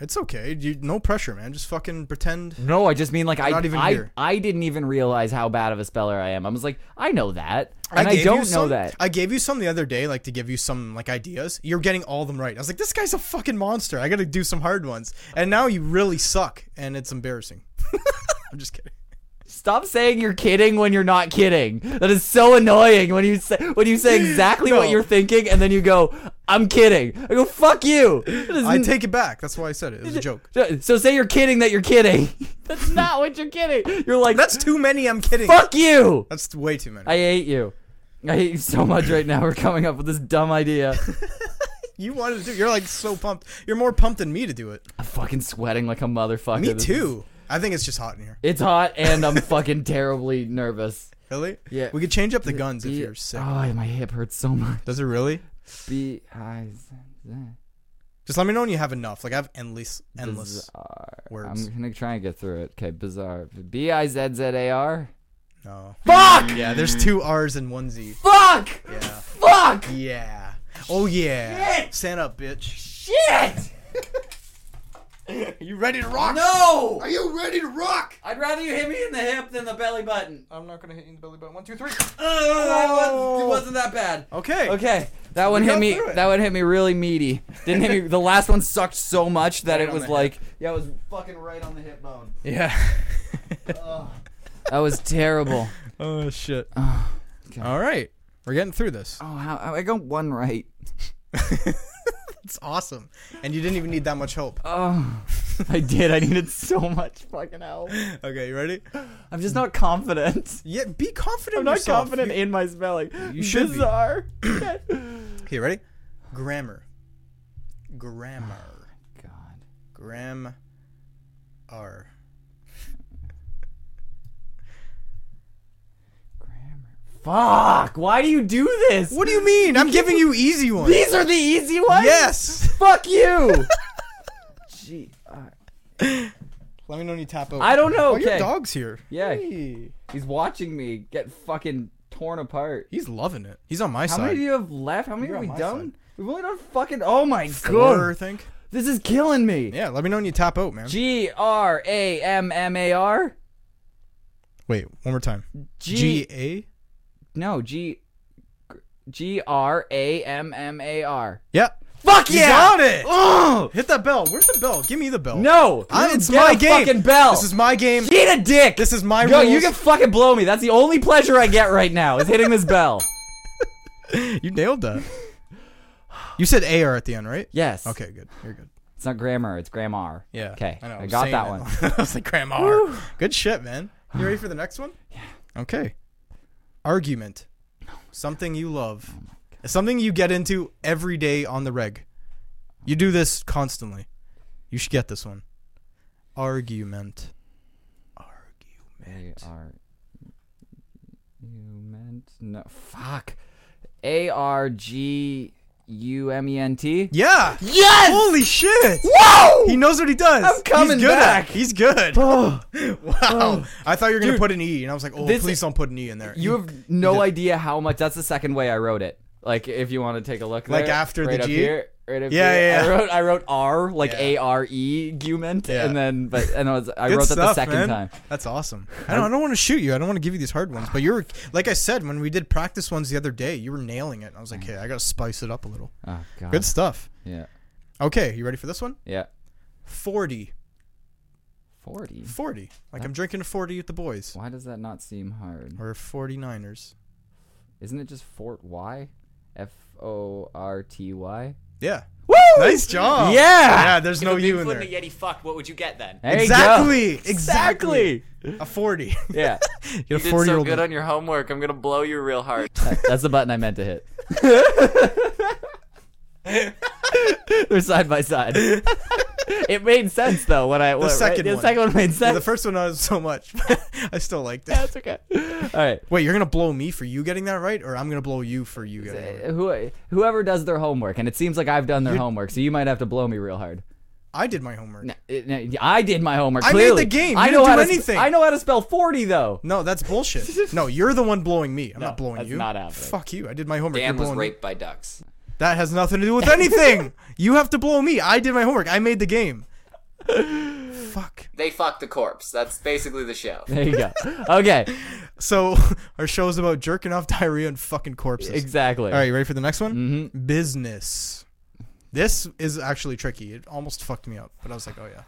A: It's okay. You, no pressure, man. Just fucking pretend.
B: No, I just mean like I
A: Not even
B: I,
A: here.
B: I didn't even realize how bad of a speller I am. I was like, I know that, and I,
A: gave you
B: don't know
A: some-
B: that.
A: I gave you some the other day, like to give you some like ideas. You're getting all of them right. I was like, this guy's a fucking monster. I got to do some hard ones. And now you really suck, and it's embarrassing. I'm just kidding.
B: Stop saying you're kidding when you're not kidding. That is so annoying when you say when you say exactly what
A: No.
B: you're thinking and then you go, "I'm kidding." I go, "Fuck you." That is
A: I
B: n-
A: take it back. That's why I said it. It was a joke.
B: so say you're kidding that you're kidding. That's not what you're kidding. You're like,
A: That's too many. I'm kidding.
B: "Fuck you."
A: That's way too many.
B: I hate you. I hate you so much right now. We're coming up with this dumb idea.
A: you wanted to do. You're like so pumped. You're more pumped than me to do it.
B: I'm fucking sweating like a motherfucker.
A: Me
B: This is-
A: too. I think it's just hot in here.
B: It's hot and I'm fucking terribly nervous.
A: Really?
B: Yeah.
A: We could change up the guns if
B: Be-
A: you're sick.
B: Oh, my hip hurts so much.
A: Does it really?
B: B I Z Z-
A: Just let me know when you have enough. Like I have endless, endless
B: bizarre.
A: words.
B: I'm gonna try and get through it. Okay, bizarre. B I Z Z A R.
A: No.
B: Fuck!
A: Yeah. There's two R's and one Z.
B: Fuck!
A: Yeah.
B: Fuck!
A: Yeah. Oh yeah. Stand up, bitch.
B: Shit!
A: You ready to rock?
B: No!
A: Are you ready to rock?
B: I'd rather you hit me in the hip than the belly button.
E: I'm not gonna hit you in the belly button. One, two, three.
A: Oh.
B: it wasn't that bad.
A: Okay.
B: Okay, that one hit
A: got
B: me.
A: through it.
B: That one hit me really meaty. Didn't hit me. The last one sucked so much that it
A: on
B: was
A: the
B: like, yeah, it was fucking right on the hip bone.
A: Yeah.
B: That was terrible.
A: oh shit.
B: okay.
A: All right. We're getting through this.
B: Oh, how, how- I got one right.
A: It's awesome. And you didn't even need that much help.
B: Oh, I did. I needed so much fucking help.
A: Okay, you ready?
B: I'm just not confident.
A: Yeah, be confident
B: I'm
A: in
B: not
A: yourself.
B: confident in my spelling.
A: You should be.
B: Bizarre.
A: You, okay, ready? Grammar. Grammar.
B: God.
A: Gram. R.
B: Grammar. Fuck! Why do you do this?
A: What do you mean? I'm giving you easy ones.
B: These are the easy ones.
A: Yes.
B: Fuck you. Gee. uh,
A: Let me know when you tap over.
B: I don't know,
A: Oh, your
B: okay.
A: dog's here.
B: Yeah.
A: Hey.
B: He's watching me get fucking torn apart.
A: He's loving it. He's on my
B: How
A: side.
B: many do you have left? How many
A: You're
B: are
A: on
B: we
A: my
B: done?
A: side.
B: We've only done fucking. Oh my
A: Four, I
B: god!
A: think.
B: This is killing me.
A: Yeah. Let me know when you tap out, man.
B: G R A M M A R.
A: Wait, one more time.
B: G-
A: G A.
B: No G. G R A M M A R.
A: Yep.
B: Fuck
A: You
B: yeah!
A: got it.
B: Ugh!
A: Hit that bell. Where's the bell? Give me the bell.
B: No,
A: I,
B: you
A: it's
B: get
A: my
B: a
A: game.
B: Fucking bell.
A: This is my game.
B: Eat a dick.
A: This is my
B: Yo,
A: rules.
B: you can fucking blow me. That's the only pleasure I get right now is hitting this bell.
A: You nailed that. You said AR at the end, right?
B: Yes.
A: Okay, good. You're good.
B: It's not grammar. It's grammar.
A: Yeah.
B: Okay.
A: know,
B: I,
A: was
B: got
A: saying
B: that
A: it.
B: one.
A: I was like, Grandma. Good shit, man. You ready for the next one? Yeah. Okay. Argument. Something you
B: Oh
A: love. Something you get into every day on the reg. You do this constantly. You should get this one. Argument.
B: A R. You meant no. Fuck. A R G U M E N T.
A: Yeah.
B: Yes.
A: Holy shit.
B: Whoa.
A: He knows what he does.
B: I'm coming
A: He's good at-
B: back.
A: He's good.
B: Oh,
A: Wow. I thought you were going to
B: Dude.
A: put an E, and I was like, oh,
B: This-
A: please don't put an E in there.
B: you have no idea how much. That's the second way I wrote it. Like, if you want to take a look,
A: Like
B: there,
A: after the
B: right up
A: G?
B: here, right up
A: Yeah,
B: here.
A: yeah, yeah.
B: I wrote, I wrote R, like
A: Yeah.
B: A R E, gument,
A: Yeah.
B: and then, but and I, was, I
A: Good
B: wrote that the
A: stuff,
B: second
A: man.
B: time.
A: That's awesome. I don't, I don't want to shoot you. I don't want to give you these hard ones. But you're like I said when we did practice ones the other day, you were nailing it. I was like,
B: Mm.
A: hey, I gotta spice it up a little.
B: Oh god.
A: Good stuff.
B: Yeah.
A: Okay, you ready for this one?
B: Yeah.
A: Forty.
B: Forty.
A: Forty. Like I'm drinking a forty with the boys.
B: Why does that not seem hard?
A: We're 49ers.
B: Isn't it just Fort Y? F O R T Y?
A: Yeah.
B: Woo!
A: Nice job.
B: Yeah!
A: Yeah. There's no you in
D: Flynn
A: there.
D: the Yeti fucked, what would you get then?
B: There you go.
A: exactly. Exactly.
B: Exactly.
A: A forty.
B: Yeah.
D: You
A: You're a
D: did so
A: 40-year-old
D: good on your homework. I'm gonna blow you real hard.
B: That- That's the button I meant to hit. They're side by side. It made sense though when I the
A: second
B: the
A: one.
B: second one made
A: Yeah,
B: sense.
A: the first one not so much. I still liked it.
B: That's okay. All right.
A: Wait, you're gonna blow me for you getting that right, or I'm gonna blow you for you getting it right?
B: Uh, Who, whoever does their homework, and it seems like I've done their
A: You-
B: homework, so you might have to blow me real hard.
A: I did my homework.
B: N- n- I did my homework.
A: I made
B: clearly.
A: the game.
B: I
A: You
B: know
A: didn't
B: how
A: do
B: to sp-
A: anything.
B: I know how to spell forty though.
A: No, that's bullshit. no, you're the one blowing me. I'm not blowing
B: that's
A: you.
B: not happening.
A: Fuck you. I did my homework.
D: Dan
A: you're
D: was
A: blowing
D: raped by ducks.
A: me. That has nothing to do with anything. you have to blow me. I did my homework. I made the game. Fuck.
C: They fucked the corpse. That's basically the show.
B: There you go. Okay,
A: So our show's about jerking off diarrhea and fucking corpses. All
B: exactly.
A: right, you ready for the next one? Mm-hmm. Business. This is actually tricky. It almost fucked me up, but I was like, oh yeah.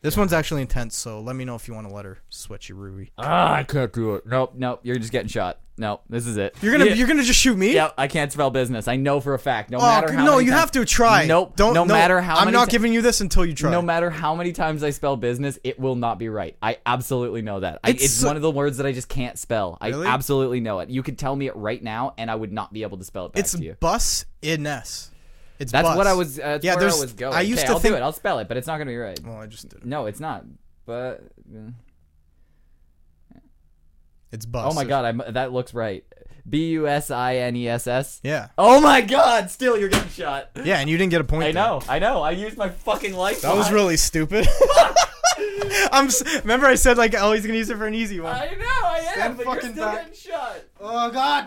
A: This one's actually intense, so let me know if you want to let her switch your Rui.
B: Ah, I can't do it. Nope, nope. You're just getting shot. Nope, this is it.
A: You're gonna
B: Yeah.
A: you're gonna just shoot me?
B: Yep, I can't spell business. I know for a fact. No
A: Oh,
B: matter how.
A: no,
B: many
A: you
B: times-
A: have to try.
B: Nope.
A: Don't
B: no, matter how.
A: I'm
B: many
A: not
B: ti-
A: giving you this until you try.
B: No matter how many times I spell business, it will not be right. I absolutely know that. I,
A: It's
B: it's
A: so-
B: one of the words that I just can't spell.
A: Really?
B: I absolutely know it. You could tell me it right now, and I would not be able to spell it back
A: It's
B: to you.
A: bus in s. It's
B: That's
A: bus.
B: what I was. Uh, that's
A: Yeah,
B: where
A: there's-
B: I was going.
A: I used
B: Okay,
A: to
B: I'll
A: think-
B: do it. I'll spell it, but it's not gonna be right.
A: Well, I just did it.
B: No, it's not. But
A: It's bus.
B: oh my god, I'm, that looks right. B u s i n e s s.
A: Yeah.
B: Oh my god, still you're getting shot.
A: Yeah, and you didn't get a point.
B: I
A: there.
B: know, I know. I used my fucking life.
A: That was really stupid. I'm. s- Remember, I said like, oh, he's gonna use it for an easy one.
B: I know, I am,
A: Stand
B: but you're
A: fucking
B: still
A: back.
B: getting shot.
A: Oh god.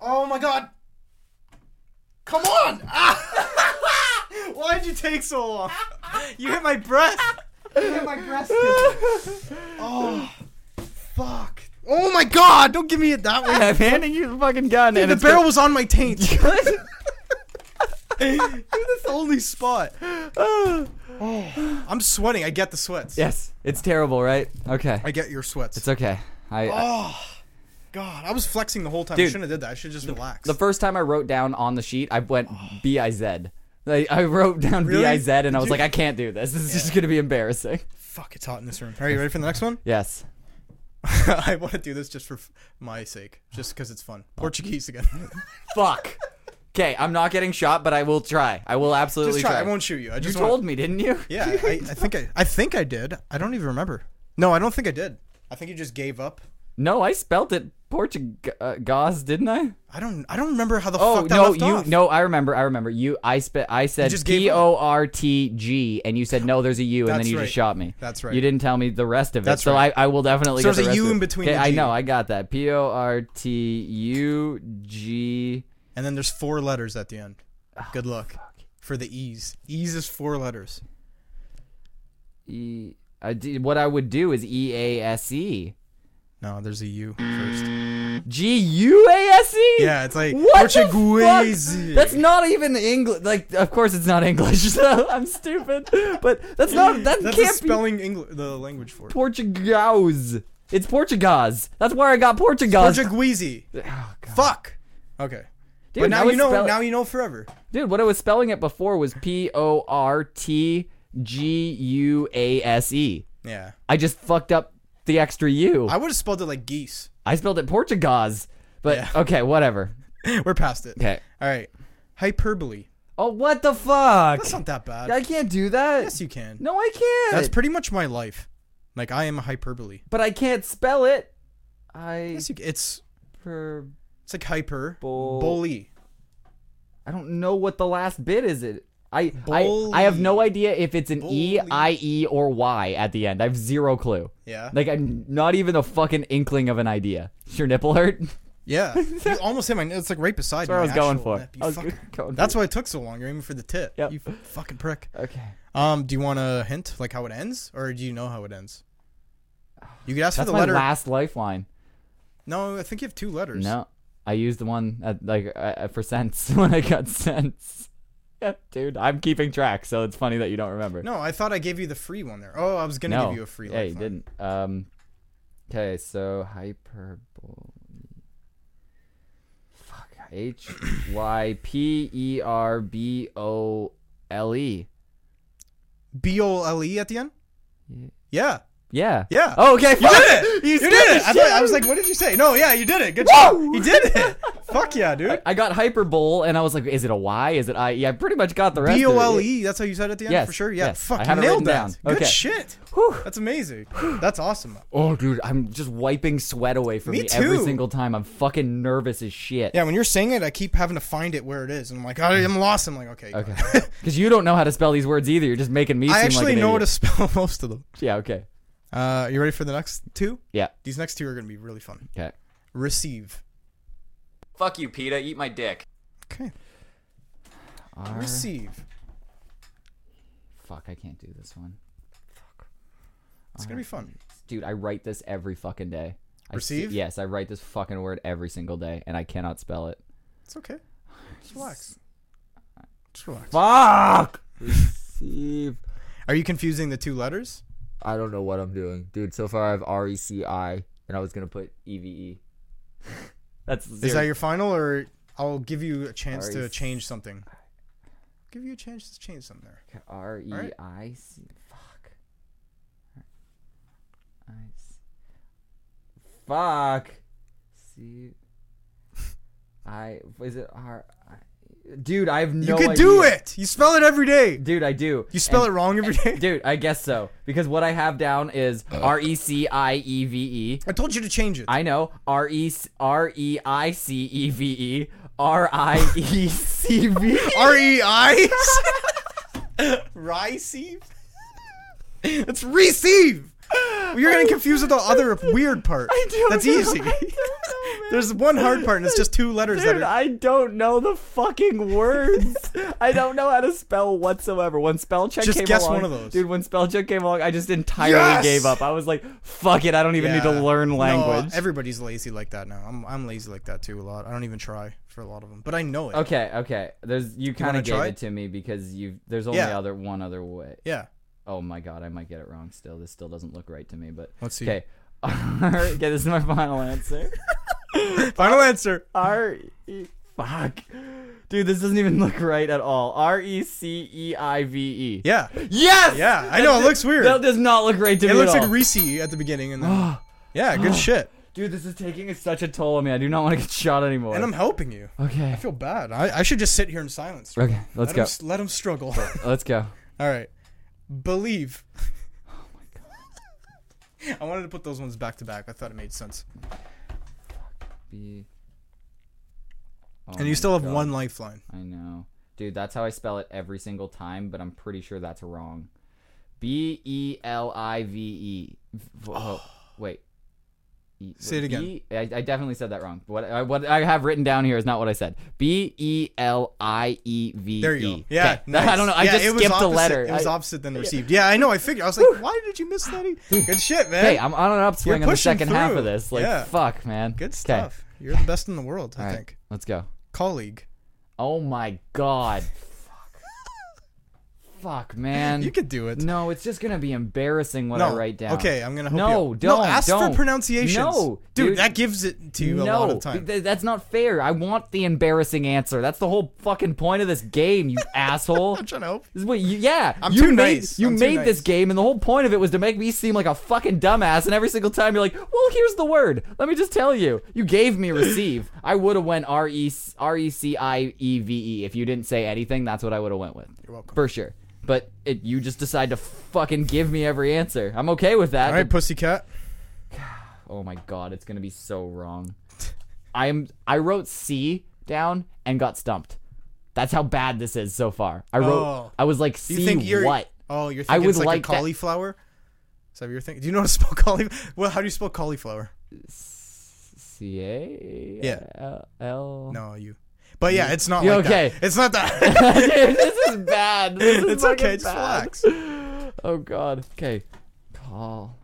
A: Oh my god. Come on. Why'd you take so long? You hit my breast. You hit my breast. oh. Fuck. Oh my god! Don't give me it that way.
B: I'm handing you the fucking gun, and
A: the
B: it's
A: barrel was on my taint.
B: Gonna...
A: Dude, that's the only spot. I'm sweating. I get the sweats.
B: yes, it's terrible, right? Okay,
A: I get your sweats.
B: it's okay. I, I-
A: oh, God. I was flexing the whole time. I
B: Dude.
A: shouldn't have did that. I should just relax.
B: the first time I wrote down on the sheet, I went B I Z. I I wrote down
A: Oh. Really?
B: B I Z, and
A: Did
B: I was
A: you-
B: like, I can't do this. This is just gonna be embarrassing.
A: Fuck, it's hot in this room. Are you ready for the next one?
B: Yes.
A: I
B: Oh.
A: want to do this just for f- my sake, just because it's fun. Portuguese again.
B: Fuck. Okay, I'm not getting shot, but I will try. I will absolutely
A: Just try. I won't shoot you. I
B: you
A: just want-
B: told me, didn't you?
A: Yeah, I, I think I, I think I did. I don't even remember. No, I don't think I did. I think you just gave up.
B: No, I spelt it Portugas, didn't I?
A: I don't. I don't remember how the
B: Oh
A: fuck that
B: no,
A: left
B: you
A: off.
B: no, I remember, I remember. You, I spit, I said
A: just gave
B: P
A: up.
B: O R T G, and you said no, there's a U, and then
A: That's
B: you
A: right.
B: just shot me.
A: That's right.
B: You didn't tell me the rest of it,
A: That's
B: so
A: right.
B: I, I will definitely.
A: So
B: get
A: there's
B: the
A: a
B: rest
A: U
B: of
A: in
B: it.
A: between
B: Okay,
A: the
B: I
A: G.
B: know, I got that. P O R T U G.
A: And then there's four letters at the end.
B: Oh,
A: Good luck for the E's. E's is four letters.
B: E. I did, what I would do is E A S E
A: No, there's a U first.
B: G U A S E.
A: Yeah, it's like
B: What the
A: Portuguese.
B: fuck? That's not even English. Like, of course it's not English. So I'm stupid, but that's not that
A: That's the
B: can't be
A: spelling English, the language for it.
B: Portuguese. It's Portugas. That's where I got Portugas.
A: Portuguese.
B: Oh, God.
A: Fuck. Okay.
B: Uh, Dude,
A: but now
B: I was
A: you know.
B: spell-
A: now you know forever.
B: Dude, what I was spelling it before was P O R T G U A S E.
A: Yeah.
B: I just fucked up the extra U.
A: I
B: I
A: would have spelled it like geese.
B: spelled it Portugas. But
A: Yeah.
B: okay, whatever.
A: We're past it.
B: Okay.
A: All right. Hyperbole.
B: Oh, what the fuck?
A: That's not that bad.
B: I can't do that.
A: yes, you can.
B: No, I can't.
A: That's pretty much my life. Like I am a hyperbole.
B: but I can't spell it. I
A: Yes, you, it's
B: per-
A: it's like hyper
B: Bull-
A: bully.
B: I don't know what the last bit is. It I I,
A: Bully.
B: I have no idea if it's an E,
A: Bully.
B: I E, or Y at the end. I have zero clue.
A: Yeah.
B: Like I'm not even a fucking inkling of an idea. Is your nipple hurt? That's
A: yeah. you almost hit my. It's like right beside. That's
B: what I was going for.
A: Lip, you
B: I was
A: fucker.
B: going
A: That's why it took so long. You're aiming for the tip.
B: Yep.
A: You f- fucking prick.
B: for- okay.
A: Um, do you want a hint, like how it ends, or do you know how it ends? You could ask
B: That's
A: for
B: my
A: the letter.
B: last lifeline.
A: no, I think you have two letters.
B: No, I used the one at, like uh, for cents when I got cents. Yeah, Dude, I'm keeping track, so it's funny that you don't remember.
A: No, I thought I gave you the free one there. Oh, I was gonna give you a free.
B: Yeah, you
A: lifeline.
B: didn't. Um, okay, so hyperbole. Fuck. H Y P E R B O L E.
A: B O L E at the end. Yeah.
B: Yeah.
A: Yeah.
B: Oh, okay.
A: You
B: fuck.
A: did it. You,
B: scared
A: did
B: the
A: it. I,
B: shit
A: thought, I
B: out
A: was
B: of
A: like, what did you say? No, yeah, you did it. Good
B: Whoa!
A: job. You did it. Fuck yeah, dude.
B: I got hyperbole, and I was like, "Is it a Y? Is it I?" Yeah, I pretty much got the rest.
A: B O L
B: Of it.
A: E. That's how you said it at the end
B: Yes,
A: for sure. Yeah,
B: yes.
A: fuck,
B: I
A: you
B: had it
A: nailed
B: written
A: that.
B: down.
A: Good
B: Okay.
A: shit.
B: Whew.
A: That's amazing. That's awesome.
B: Oh, dude, I'm just wiping sweat away from
A: Me
B: me, every
A: too.
B: single time. I'm fucking nervous as shit.
A: Yeah, when you're saying it, I keep having to find it where it is, and I'm like, "Oh, I'm lost. I'm like, okay.
B: Okay. Because you don't know how to spell these words either. You're just making me.
A: I
B: seem
A: actually
B: like an
A: know how to
B: idiot.
A: spell most of them.
B: Yeah. Okay.
A: Uh, you ready for the next two?
B: Yeah.
A: These next two are gonna be really fun.
B: Okay.
A: Receive.
D: Fuck you, PETA. Eat my dick.
A: Okay.
B: R-
A: Receive.
B: Fuck, I can't do this one.
A: It's gonna be fun.
B: Dude, I write this every fucking day. I s-
A: Receive?
B: yes, I write this fucking word every single day, and I cannot spell it.
A: It's okay. Just relax. Just relax.
B: Fuck! Receive.
A: Are you confusing the two letters?
B: I don't know what I'm doing, dude. So far, I have R E C I, and I was gonna put E V E. That's
A: Is that your final, or I'll give you a chance to
B: Sorry.
A: change something? Give you a chance to change something there.
B: R E
A: Alright.
B: I C? Fuck. I s- Fuck. C. I is it R? I, dude, I have no.
A: you could do
B: idea.
A: it. You spell it every day.
B: dude. I do.
A: You spell it wrong every day.
B: Dude, I guess so. Because what I have down is R E C I E V E.
A: I told you to change it.
B: I know R E C- R E I C E V E R I E C V.
A: R E I. Receive. It's receive. You're getting confused with the other weird part.
B: I don't
A: That's
B: know.
A: easy.
B: I don't know, man.
A: There's one hard part, and it's just two letters
B: Dude,
A: that are.
B: I don't know the fucking words. I don't know how to spell whatsoever. When spell check
A: Just
B: came
A: guess
B: along,
A: one of those.
B: dude, when spell check came along, I just entirely
A: Yes!
B: gave up. I was like, "Fuck it, I don't even need
A: Yeah.
B: to learn
A: No,
B: language."
A: everybody's lazy like that now. I'm, I'm lazy like that too a lot. I don't even try for a lot of them, but I know it.
B: okay, okay. There's you kind
A: wanna
B: of gave
A: try?
B: it to me because you there's only
A: Yeah.
B: other one other way.
A: Yeah.
B: Oh my god, I might get it wrong still. This still doesn't look right to me, but
A: Let's see.
B: Okay. okay, this is my final answer.
A: Final answer.
B: R E fuck. Dude, this doesn't even look right at all. R E C E I V E.
A: Yeah.
B: Yes.
A: Yeah. I know it looks weird.
B: That does not look right to
A: It
B: me.
A: looks
B: at
A: like
B: all.
A: Reese at the beginning, and then yeah, good shit.
B: Dude, this is taking such a toll on me. I do not want to get shot anymore.
A: And I'm helping you.
B: okay.
A: I feel bad. I, I should just sit here in silence.
B: Okay, let's
A: let
B: go.
A: Him, s- let him struggle.
B: Let's go.
A: All right. Believe. Oh my god. I wanted to put those ones back to back. I thought it made sense.
B: Oh Be- Oh
A: and you
B: my
A: still have
B: God.
A: one lifeline.
B: I know. Dude, that's how I spell it every single time, but I'm pretty sure that's wrong. B E L I V E. V- oh, Wait. E-
A: Say it again.
B: B- I I definitely said that wrong. What I, what I have written down here is not what I said. B E L I E V E.
A: There you go. Yeah.
B: Okay.
A: nice.
B: I don't know. I
A: Yeah,
B: just
A: it was
B: skipped a
A: opposite-
B: letter.
A: It was
B: I-
A: opposite than received. Yeah, I know. I figured. I was like, why did you miss that? e-?" Good shit, man.
B: hey, I'm on an upswing
A: You're
B: on the
A: pushing
B: second half
A: through.
B: of this. Like,
A: Yeah.
B: fuck, man.
A: Good
B: 'Kay.
A: stuff. You're the best in the world, I
B: All right,
A: think.
B: Let's go.
A: Colleague.
B: Oh my god. Fuck. Fuck, man.
A: You could do it.
B: No, it's just gonna be embarrassing what I write down.
A: Okay, I'm gonna hope
B: No,
A: you.
B: don't.
A: No, ask
B: don't.
A: for pronunciations.
B: No,
A: dude,
B: dude.
A: that gives it to you a
B: no,
A: lot of time.
B: th- that's not fair. I want the embarrassing answer. That's the whole fucking point of this game, you asshole.
A: I'm trying to help.
B: This is what you, yeah,
A: I'm
B: you
A: too
B: made
A: nice.
B: you
A: I'm too
B: made this
A: nice.
B: game, and the whole point of it was to make me seem like a fucking dumbass. And every single time you're like, "Well, here's the word." Let me just tell you, you gave me receive. I would have went R E R E C I E V E if you didn't say anything. That's what I would have went with. You're
A: welcome.
B: for sure. But it, you just decide to fucking give me every answer. I'm okay with that.
A: All right, pussycat.
B: Oh my god, it's gonna be so wrong. I'm I wrote C down and got stumped. That's how bad this is so far. I wrote
A: Oh.
B: I was like
A: You
B: C
A: think you're
B: what?
A: Oh, you're
B: I
A: thinking it's
B: would
A: like,
B: like
A: a
B: that-
A: cauliflower. Is that what you're thinking? Do you know how to spell cauliflower? Well, how do you spell cauliflower?
B: C A E
A: Yeah.
B: L L
A: No, you. But yeah, it's not
B: You
A: like
B: okay?
A: that. It's not that.
B: Dude, this is bad. This is
A: it's okay.
B: fucking
A: Just
B: bad.
A: relax.
B: Oh god. Okay. Call.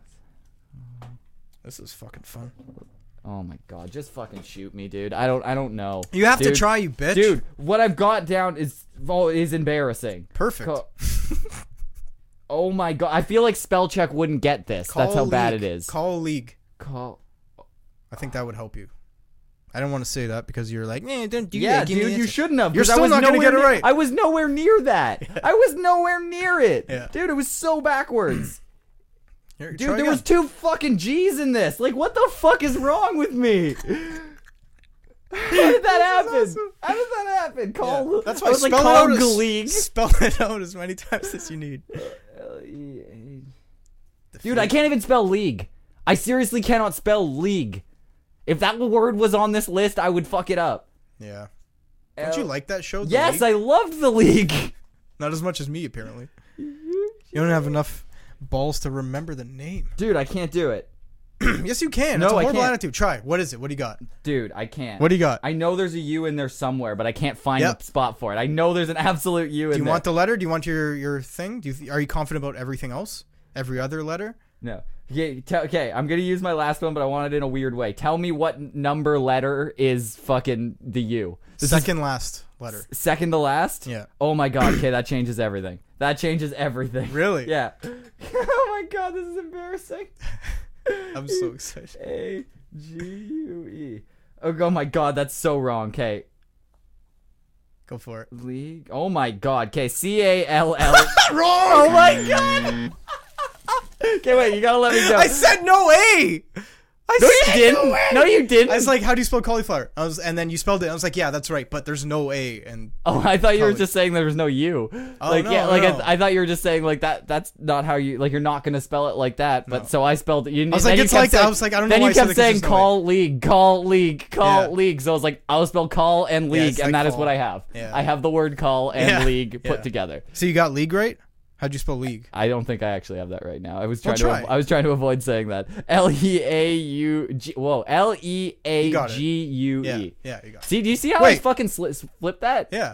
A: This is fucking fun.
B: Oh my god. Just fucking shoot me, dude. I don't I don't know.
A: You have
B: Dude.
A: to try, you bitch.
B: Dude, what I've got down is oh, is embarrassing.
A: Perfect.
B: Co- oh my god, I feel like spell check wouldn't get this. That's how bad it
A: Colleague.
B: is.
A: Colleague.
B: Call-
A: I think that would help you. I don't want to say that because you're like, eh, don't do
B: Yeah,
A: that. Give me
B: dude,
A: the
B: you
A: answer."
B: shouldn't have.
A: You're
B: 'cause I
A: still
B: was
A: not gonna
B: nowhere
A: get it
B: near-
A: right.
B: I was nowhere near that. I was nowhere near it,
A: Yeah.
B: dude. It was so backwards.
A: Here,
B: Dude,
A: try
B: there
A: again.
B: was two fucking G's in this. Like, what the fuck is wrong with me? How did that happen? How did that happen? Call.
A: That's
B: I
A: why
B: was like,
A: spell
B: call
A: it out. as-
B: Gleek.
A: Spell it out as many times as you need.
B: Dude, I can't even spell league. I seriously cannot spell league. If that word was on this list, I would fuck it up.
A: Yeah. Don't you like that show? The
B: Yes,
A: League?
B: I loved the league.
A: Not as much as me, apparently.
B: Mm-hmm.
A: You don't have enough balls to remember the name.
B: Dude, I can't do it.
A: yes, you can.
B: No,
A: it's a
B: I
A: horrible
B: can't.
A: attitude. Try. What is it? What do you got?
B: Dude, I can't.
A: What do you got?
B: I know there's a U in there somewhere, but I can't find
A: Yep.
B: a spot for it. I know there's an absolute U in
A: do you
B: there.
A: want the letter? Do you want your your thing? Do you th- are you confident about everything else? Every other letter?
B: no. Okay, te- okay, I'm gonna use my last one, but I want it in a weird way. Tell me what n- number letter is fucking the U. This is
A: Second last letter.
B: second to last.
A: Yeah.
B: Oh my god. Okay, that changes everything. That changes everything.
A: Really?
B: Yeah. oh my god, this is embarrassing.
A: I'm so excited.
B: A G U E. Oh, go- oh my god, that's so wrong. Okay.
A: Go for it.
B: League. Oh my god. Okay. C A L L.
A: Wrong!
B: Oh my god. okay, wait. You gotta let me go.
A: I said no A! I
B: no, you
A: said
B: didn't.
A: no A!
B: No, you didn't.
A: I was like, "How do you spell cauliflower?" I was, and then you spelled it. I was like, "Yeah, that's right," but there's no a. And
B: Oh, I thought you were
A: Probably.
B: just saying there was no you.
A: Oh,
B: like
A: no,
B: yeah, like
A: no.
B: I, I thought you were just saying like that. That's not how you like. You're not gonna spell it like that. But
A: No.
B: so I spelled it. You,
A: was
B: then
A: like,
B: you
A: it's
B: kept
A: like that. I
B: saying,
A: was like, I don't know
B: Then
A: why
B: you
A: I said
B: kept
A: it 'cause
B: saying
A: there's no
B: call league, call league, call
A: Yeah.
B: league. So I was like, I'll spell call and league,
A: it's
B: and
A: like
B: that is
A: call.
B: what I have.
A: Yeah.
B: I have the word call and
A: Yeah.
B: league put
A: Yeah.
B: together.
A: so you got league right? How'd you spell league?
B: I don't think I actually have that right now. I was
A: Well,
B: trying to.
A: try.
B: I was trying to avoid saying that. L e a u g. Whoa. L e a
A: You got it.
B: g u
A: Yeah,
B: e.
A: yeah, you got. It.
B: See, do you see how I
A: Wait.
B: fucking sli- flipped that?
A: Yeah,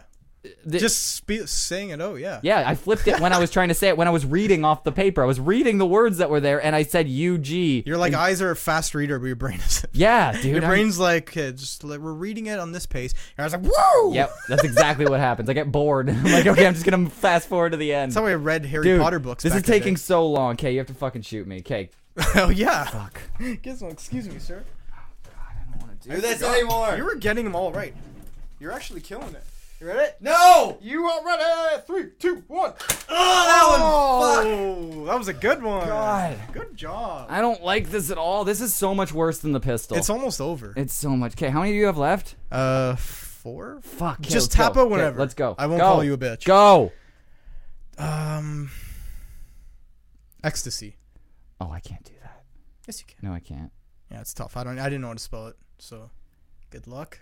B: The-
A: just spe- saying it. Oh yeah.
B: Yeah, I flipped it when I was trying to say it when I was reading off the paper. I was reading the words that were there and I said UG.
A: Your like eyes are a fast reader, but your brain is.
B: Yeah, dude.
A: Your
B: I'm-
A: brain's like, okay, just like, we're reading it on this pace, and I was like, whoa.
B: Yep, that's exactly what happens. I get bored. I'm like, okay, I'm just gonna fast forward to the end.
A: That's how I read Harry
B: Dude,
A: Potter books.
B: This
A: back
B: is
A: in the
B: taking
A: day.
B: so long. Okay, you have to fucking shoot me. Okay.
A: oh yeah. Fuck. Gizmo, excuse me, sir.
D: Do this anymore.
A: You were getting them all right. You're actually killing it.
E: You ready?
A: No!
E: You are ready. Three, two, one.
A: Oh, that one. Fuck. That was a good one.
B: God.
A: Good job.
B: I don't like this at all. This is so much worse than the pistol.
A: It's almost over.
B: It's so much. Okay, how many do you have left?
A: Uh, four.
B: Fuck. okay,
A: Just
B: let's go.
A: tap out
B: Okay,
A: whenever.
B: let's go.
A: I won't
B: Go.
A: call you a bitch.
B: Go.
A: Um, ecstasy.
B: Oh, I can't do that.
A: Yes, you can.
B: No, I can't.
A: Yeah, it's tough. I don't. I didn't know how to spell it. So, good luck.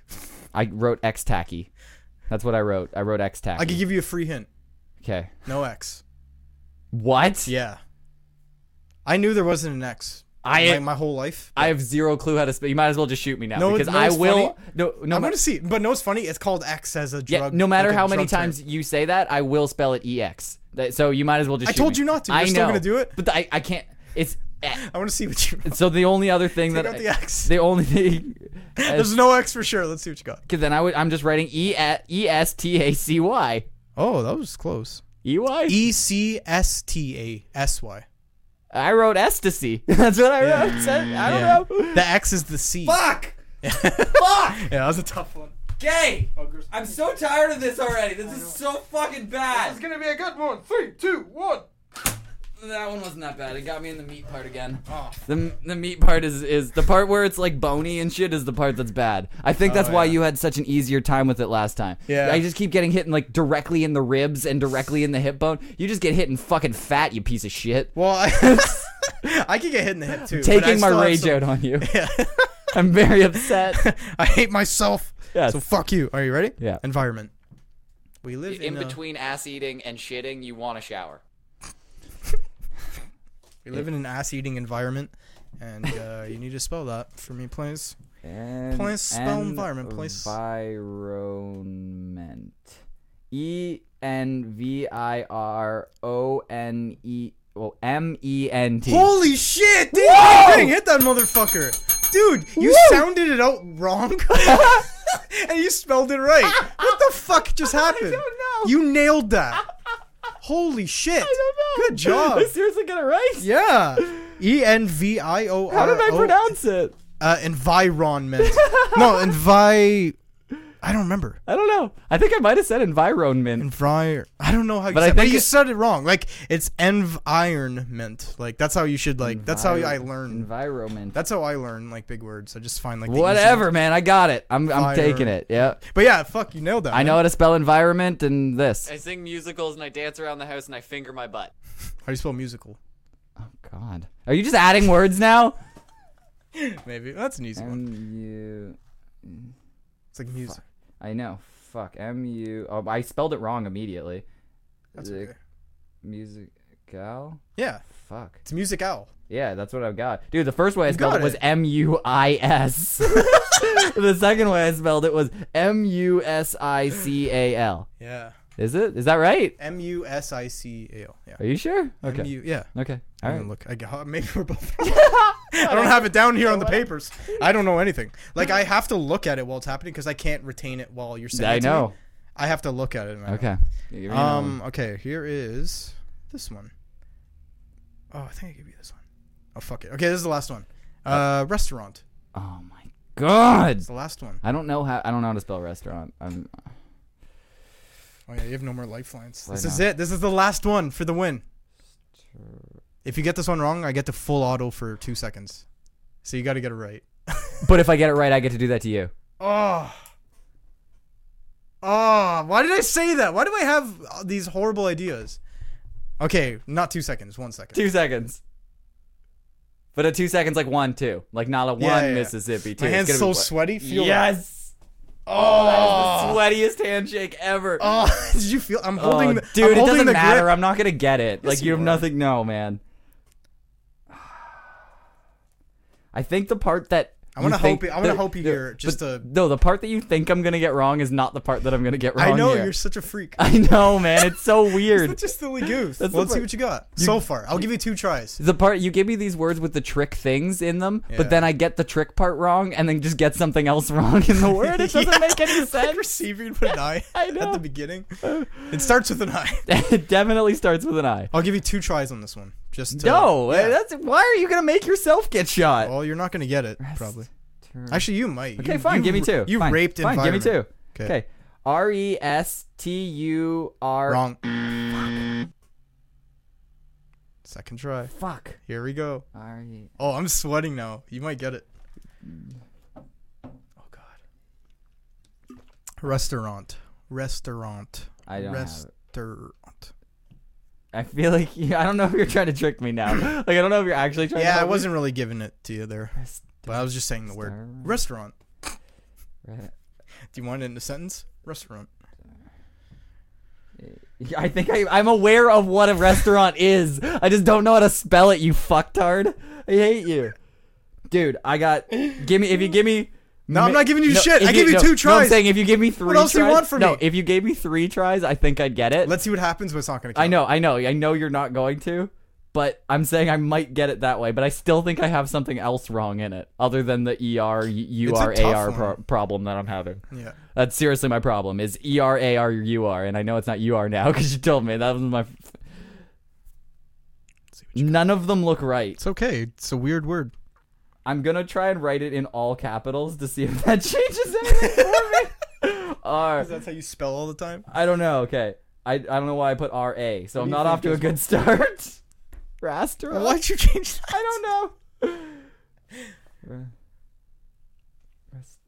B: I wrote X tacky. That's what I wrote. I wrote X tacky.
A: I could give you a free hint.
B: okay.
A: No X.
B: What?
A: Yeah. I knew there wasn't an X.
B: I-
A: my, my whole life.
B: I have zero clue how to spell. You might as well just shoot me now
A: No,
B: because
A: no,
B: I
A: it's
B: will.
A: funny.
B: No, no,
A: I'm
B: ma-
A: gonna see. But no, it's funny. It's called X as a
B: yeah,
A: drug.
B: no matter
A: like a
B: how many
A: drug term.
B: times you say that, I will spell it ex. That- so you might as well just.
A: I
B: shoot
A: told
B: me.
A: you not to.
B: I
A: You're still
B: know,
A: gonna do it?
B: But I, I can't. It's. eh.
A: I want to see what you.
B: So the only other thing
A: Take
B: that
A: out
B: I-
A: the X.
B: the only thing.
A: There's no X for sure. Let's see what you got.
B: Because then I would, I'm just writing E E S T A C Y.
A: Oh, that was close.
B: E Y?
A: E C S T A S Y.
B: I wrote ecstasy. That's what I wrote. So- I don't
A: Yeah.
B: know.
A: The X is the C.
B: Fuck! Fuck!
A: Yeah, that was a tough one.
B: Gay!
E: Ogres.
B: I'm so tired of this already. This is so fucking
E: This
B: bad.
E: is gonna be a good one. Three, two, one.
B: That one wasn't that bad. It got me in the meat part again.
A: Oh.
B: The, the meat part is, is the part where it's like bony and shit is the part that's bad. I think that's
A: Oh,
B: why
A: yeah.
B: you had such an easier time with it last time.
A: Yeah.
B: I just keep getting hit in like directly in the ribs and directly in the hip bone. You just get hit in fucking fat, you piece of shit.
A: Well, I, I could get hit in the head too. but I
B: Taking
A: still
B: my
A: have
B: rage
A: some-
B: out on you.
A: Yeah.
B: I'm very upset.
A: I hate myself.
B: Yes.
A: So fuck you. Are you ready?
B: Yeah.
A: Environment. We live
D: In
A: in, a-
D: between ass eating and shitting, you want a shower.
A: we live in an ass-eating environment, and uh, you need to spell that for me, please. Please spell environment, please.
B: Environment. E N V I R O N E. Well, M E N T.
A: Holy shit, dude!
B: Whoa!
A: Dang, hit that motherfucker, dude! You sounded it out wrong, and you spelled it right. What the fuck just happened?
B: don't know.
A: You nailed that. Holy shit! Good job.
B: I seriously got it right?
A: Yeah. E N V I O R.
B: How did I pronounce it?
A: Uh, environment. no, envi. I don't remember.
B: I don't know. I think I might have said environment.
A: Envir. I don't know how you
B: But I
A: said it, but
B: think
A: you
B: it-
A: said it wrong. Like, it's environment. Like, that's how you should, like, that's how I learn.
B: Environment.
A: That's how I learn, like, big words. I just find, like, the easy
B: Whatever,
A: ones.
B: man. I got it. I'm, I'm
A: Fire.
B: taking it. Yeah.
A: But yeah, fuck, you nailed that.
B: I know how to spell environment and this.
D: I sing musicals and I dance around the house and I finger my butt.
A: How do you spell musical?
B: God. Are you just adding words now?
A: Maybe. That's an easy one.
B: M U.
A: It's like music.
B: I know. Fuck. M U. Oh, I spelled it wrong immediately.
A: That's
B: Music.
A: okay.
B: Musical.
A: Yeah.
B: Fuck.
A: It's music owl.
B: Yeah, that's what I've got. Dude, the first way I spelled
A: got
B: it was
A: it.
B: M U I S. The second way I spelled it was M U S I C A L.
A: Yeah.
B: Is it? Is that right?
A: M U S I C A L. Yeah.
B: Are you sure? Okay.
A: M-U- yeah.
B: okay.
A: I
B: All
A: mean,
B: right.
A: Look, I got, maybe we're both. I don't have it down here on the papers. I don't know anything. Like I have to look at it while it's happening because I can't retain it while you're saying.
B: I
A: it to me.
B: know.
A: I have to look at it. and I know.
B: Okay.
A: Um. Okay. Here is this one. Oh, I think I gave you this one. Oh fuck it. Okay, this is the last one. Uh, restaurant.
B: oh my god.
A: It's the last one.
B: I don't know how. I don't know how to spell restaurant. I'm.
A: Oh yeah, you have no more lifelines.
B: Why
A: This is
B: not?
A: it. This is the last one for the win. If you get this one wrong, I get the full auto for two seconds. So you got to get it right.
B: But if I get it right, I get to do that to you.
A: Oh.
B: Ah.
A: Oh, why did I say that? Why do I have uh, these horrible ideas? Okay, not two seconds, one second.
B: Two seconds. But a two seconds, like one, two, like not a one
A: Yeah, yeah, yeah.
B: Mississippi. Two.
A: My
B: It's
A: hand's
B: gonna
A: so
B: be-
A: sweaty. Feel that.
B: Yes.
A: Oh,
B: Sweatiest handshake ever.
A: oh, did you feel? I'm
B: Oh,
A: holding the
B: dude,
A: I'm
B: it
A: holding
B: doesn't
A: the
B: matter.
A: grip.
B: I'm not gonna get it. like you
A: you
B: have
A: are.
B: nothing. No, man. I think the part that
A: I wanna
B: you think-
A: hope- I wanna
B: the-
A: hope you
B: the-
A: hear just
B: but-
A: the-
B: no. The part that you think I'm gonna get wrong is not the part that I'm gonna get wrong.
A: I know
B: here.
A: you're such a freak.
B: I know, man. It's so weird.
A: It's just silly goose.
B: That's
A: Well,
B: the
A: let's see
B: part-
A: what you got so far. I'll give you two tries.
B: the part you give me these words with the trick things in them,
A: Yeah.
B: but then I get the trick part wrong and then just get something else wrong in the word. It doesn't
A: Yeah.
B: make any
A: Like
B: sense.
A: receiving with an I,
B: I
A: at
B: know.
A: the beginning. It starts with an I.
B: it definitely starts with an I.
A: I'll give you two tries on this one. Just to,
B: no,
A: Yeah.
B: that's why are you gonna make yourself get shot?
A: Well, you're not gonna get it probably. Actually, you might.
B: Okay,
A: You-
B: fine.
A: you
B: give me
A: ra-
B: two.
A: You
B: Fine.
A: raped
B: Fine. Give me
A: environment.
B: two. Okay.
A: Okay.
B: R E S T U R.
A: Wrong. Second try.
B: Fuck.
A: Here we go.
B: R E.
A: Oh, I'm sweating now. You might get it. Oh God. Restaurant. Restaurant.
B: I don't have it.
A: Restaurant.
B: I feel like you, I don't know if you're trying to trick me now. Like I don't know if you're actually trying. to
A: Yeah, I
B: help me.
A: wasn't really giving it to you there,
B: Rest-
A: but I was just saying the word
B: Restaurant.
A: restaurant.
B: right.
A: Do you want it in a sentence? Restaurant.
B: Yeah, I think I, I'm aware of what a restaurant is. I just don't know how to spell it. You fucktard. I hate you, dude. I got. Give me if you give me.
A: No, I'm not giving you shit.
B: if
A: I gave you
B: no,
A: two
B: no, I'm
A: tries.
B: saying if you give me three.
A: else do you
B: tries,
A: want from
B: no,
A: me?
B: if you gave me three tries, I think I'd get it.
A: Let's see what happens, but it's not gonna. Count.
B: I know, I know, I know you're not going to, but I'm saying I might get it that way. But I still think I have something else wrong in it, other than the er u
A: It's a
B: r
A: tough
B: a r
A: one.
B: pro- problem that I'm having.
A: Yeah.
B: That's seriously my problem is E R A R U R, and I know it's not U R now because you told me that was my. None of them look right.
A: It's okay. It's a weird word.
B: I'm gonna try and write it in all capitals to see if that changes anything for me. R.
A: That's how you spell all the time.
B: I don't know. Okay, I I don't know why I put R A, so I'm not off to a good start. Restaurant.
A: Why'd you change that?
B: I don't know. Re- resta-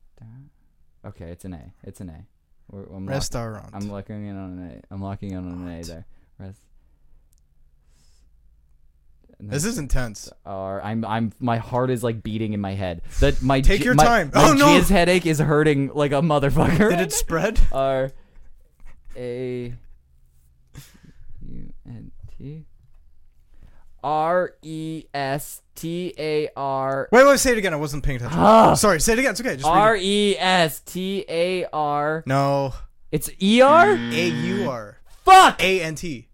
B: Okay, it's an A. It's an A. We're, I'm, lock-
A: Restaurant.
B: I'm locking in on an A. I'm locking in on an A there. Rest.
A: this is intense.
B: Or I'm I'm my heart is like beating in my head. That my
A: Take
B: ji-
A: your
B: my-
A: time.
B: My
A: Oh, no.
B: jizz headache is hurting like a motherfucker.
A: Did it spread?
B: R A U N T R E S T A R
A: Wait, wait. Say it again. I wasn't paying attention.
B: Ah.
A: Sorry. Say it again. It's okay. Just read
B: R
A: it.
B: E S T A R.
A: No.
B: It's E R.
A: A U R
B: Fuck!
A: A N T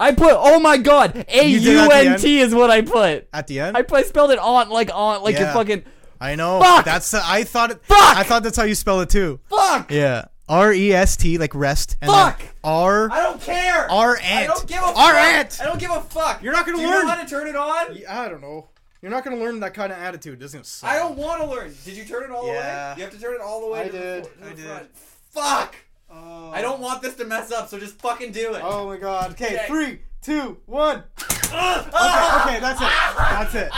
B: I put. Oh my god. A
A: You did at
B: U
A: the
B: N T is what I put.
A: at the end.
B: I, put- I spelled it aunt like aunt like
A: Yeah.
B: you fucking.
A: I know.
B: Fuck!
A: That's the, I thought. It,
B: Fuck!
A: I thought that's how you spell it too.
B: Fuck!
A: Yeah. R E S T like rest. And
B: Fuck!
A: then R
D: I don't care.
A: R ant.
D: I don't give a fuck.
A: R ant.
D: I don't give a fuck.
A: You're not gonna
D: Do
A: learn.
D: You know how to turn it on?
A: I don't know. You're not gonna learn that kind of attitude. This is gonna suck.
D: I don't want to learn. Did you turn it all the
A: Yeah.
D: way? You have to turn it all the way.
A: I
D: to the
A: did.
D: fo- to
A: I
D: the
A: did.
D: front. Fuck. I don't want this to mess up, so just fucking do it.
A: Oh my god. Okay,
D: Okay.
A: three, two, one. okay, okay, that's it. That's it.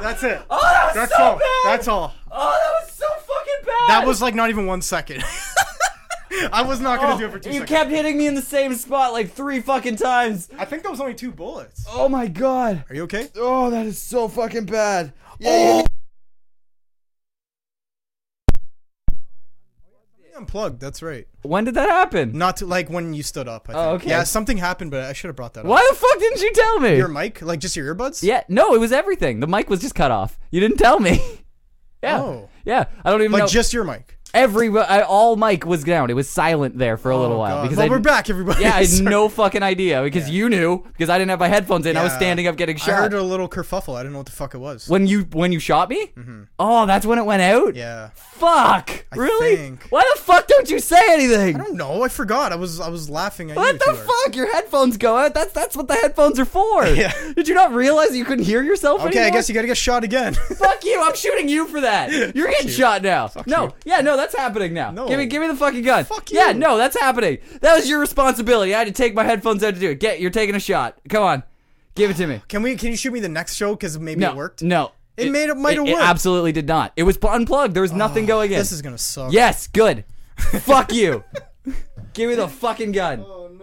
A: That's it.
D: Oh, that was
A: That's
D: so
A: all.
D: bad.
A: That's all.
D: oh, that was so fucking bad.
A: That was like not even one second. I was not
D: Oh,
A: gonna do it for two
B: you
A: seconds.
B: kept hitting me in the same spot like three fucking times.
A: I think that was only two bullets.
B: Oh my god.
A: Are you okay?
B: Oh, that is so fucking bad.
A: Unplugged. That's right.
B: When did that happen?
A: Not to, like when you stood up. I think.
B: Oh, okay.
A: Yeah, something happened, but I should have brought that up.
B: Why the fuck didn't you tell me?
A: Your mic, like just your earbuds.
B: Yeah, no, it was everything. The mic was just cut off. You didn't tell me. yeah.
A: Oh.
B: Yeah, I don't even
A: Like
B: know.
A: just your mic.
B: Every I, all mic was down. It was silent there for a little
A: Oh,
B: while
A: God.
B: because
A: well,
B: I
A: we're back, everybody.
B: Yeah, I had
A: Sorry.
B: no fucking idea because you knew because I didn't have my headphones in. I was
A: Yeah.
B: standing up getting
A: I
B: shot.
A: heard a little kerfuffle. I didn't know what the fuck it was.
B: when you when you shot me? Oh, that's when it went out.
A: Mm-hmm. Yeah.
B: Fuck. really?
A: think.
B: Why the fuck don't you say anything?
A: I don't know. I forgot. I was I was laughing at you.
B: What
A: too
B: the
A: hard.
B: fuck? Your headphones go out. That's that's what the headphones are for.
A: Yeah.
B: Did you not realize you couldn't hear yourself?
A: Okay, I
B: anymore?
A: guess you gotta get shot again.
B: Fuck you! I'm shooting you for that. You're getting shot now. no,
A: you.
B: yeah, no, that's happening now.
A: No.
B: Give me, give me the fucking gun.
A: Fuck
B: Yeah,
A: you.
B: no, that's happening. That was your responsibility. I had to take my headphones out to do it. Get, you're taking a shot. Come on, give it to me.
A: can we? Can you shoot me the next show? Because maybe
B: No,
A: it worked.
B: No,
A: It made- it might have
B: It
A: worked. Oh,
B: absolutely did not. It was unplugged. There was nothing going in.
A: This is gonna suck.
B: yes, good. Fuck you. Give me the fucking gun.
A: Oh no!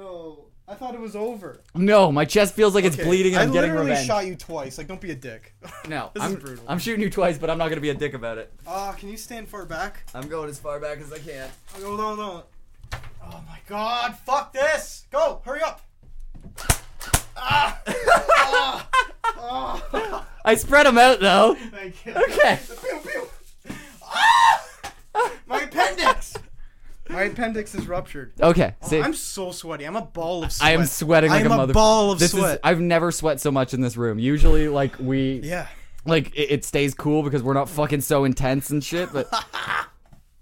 A: I thought it was over.
B: No, my chest feels like it's bleeding and
A: I
B: I'm getting
A: literally
B: revenge.
A: shot you twice. Like, don't be a dick.
B: no,
A: This is
B: I'm,
A: brutal.
B: I'm shooting you twice, but I'm not gonna be a dick about it.
A: Ah, can you stand far back?
B: I'm going as far back as I can.
A: Hold on, hold on. Oh my god! Fuck this! Go! Hurry up!
B: I spread them out though.
A: Thank you.
B: Okay.
A: Pew, pew. Ah! My appendix. My appendix is ruptured.
B: Okay. See,
A: Oh, I'm so sweaty. I'm a ball of sweat.
B: I am sweating like
A: I'm
B: a mother.
A: ball of
B: this
A: sweat.
B: Is, I've never sweat so much in this room. Usually, like we,
A: yeah.
B: like it, it stays cool because we're not fucking so intense and shit.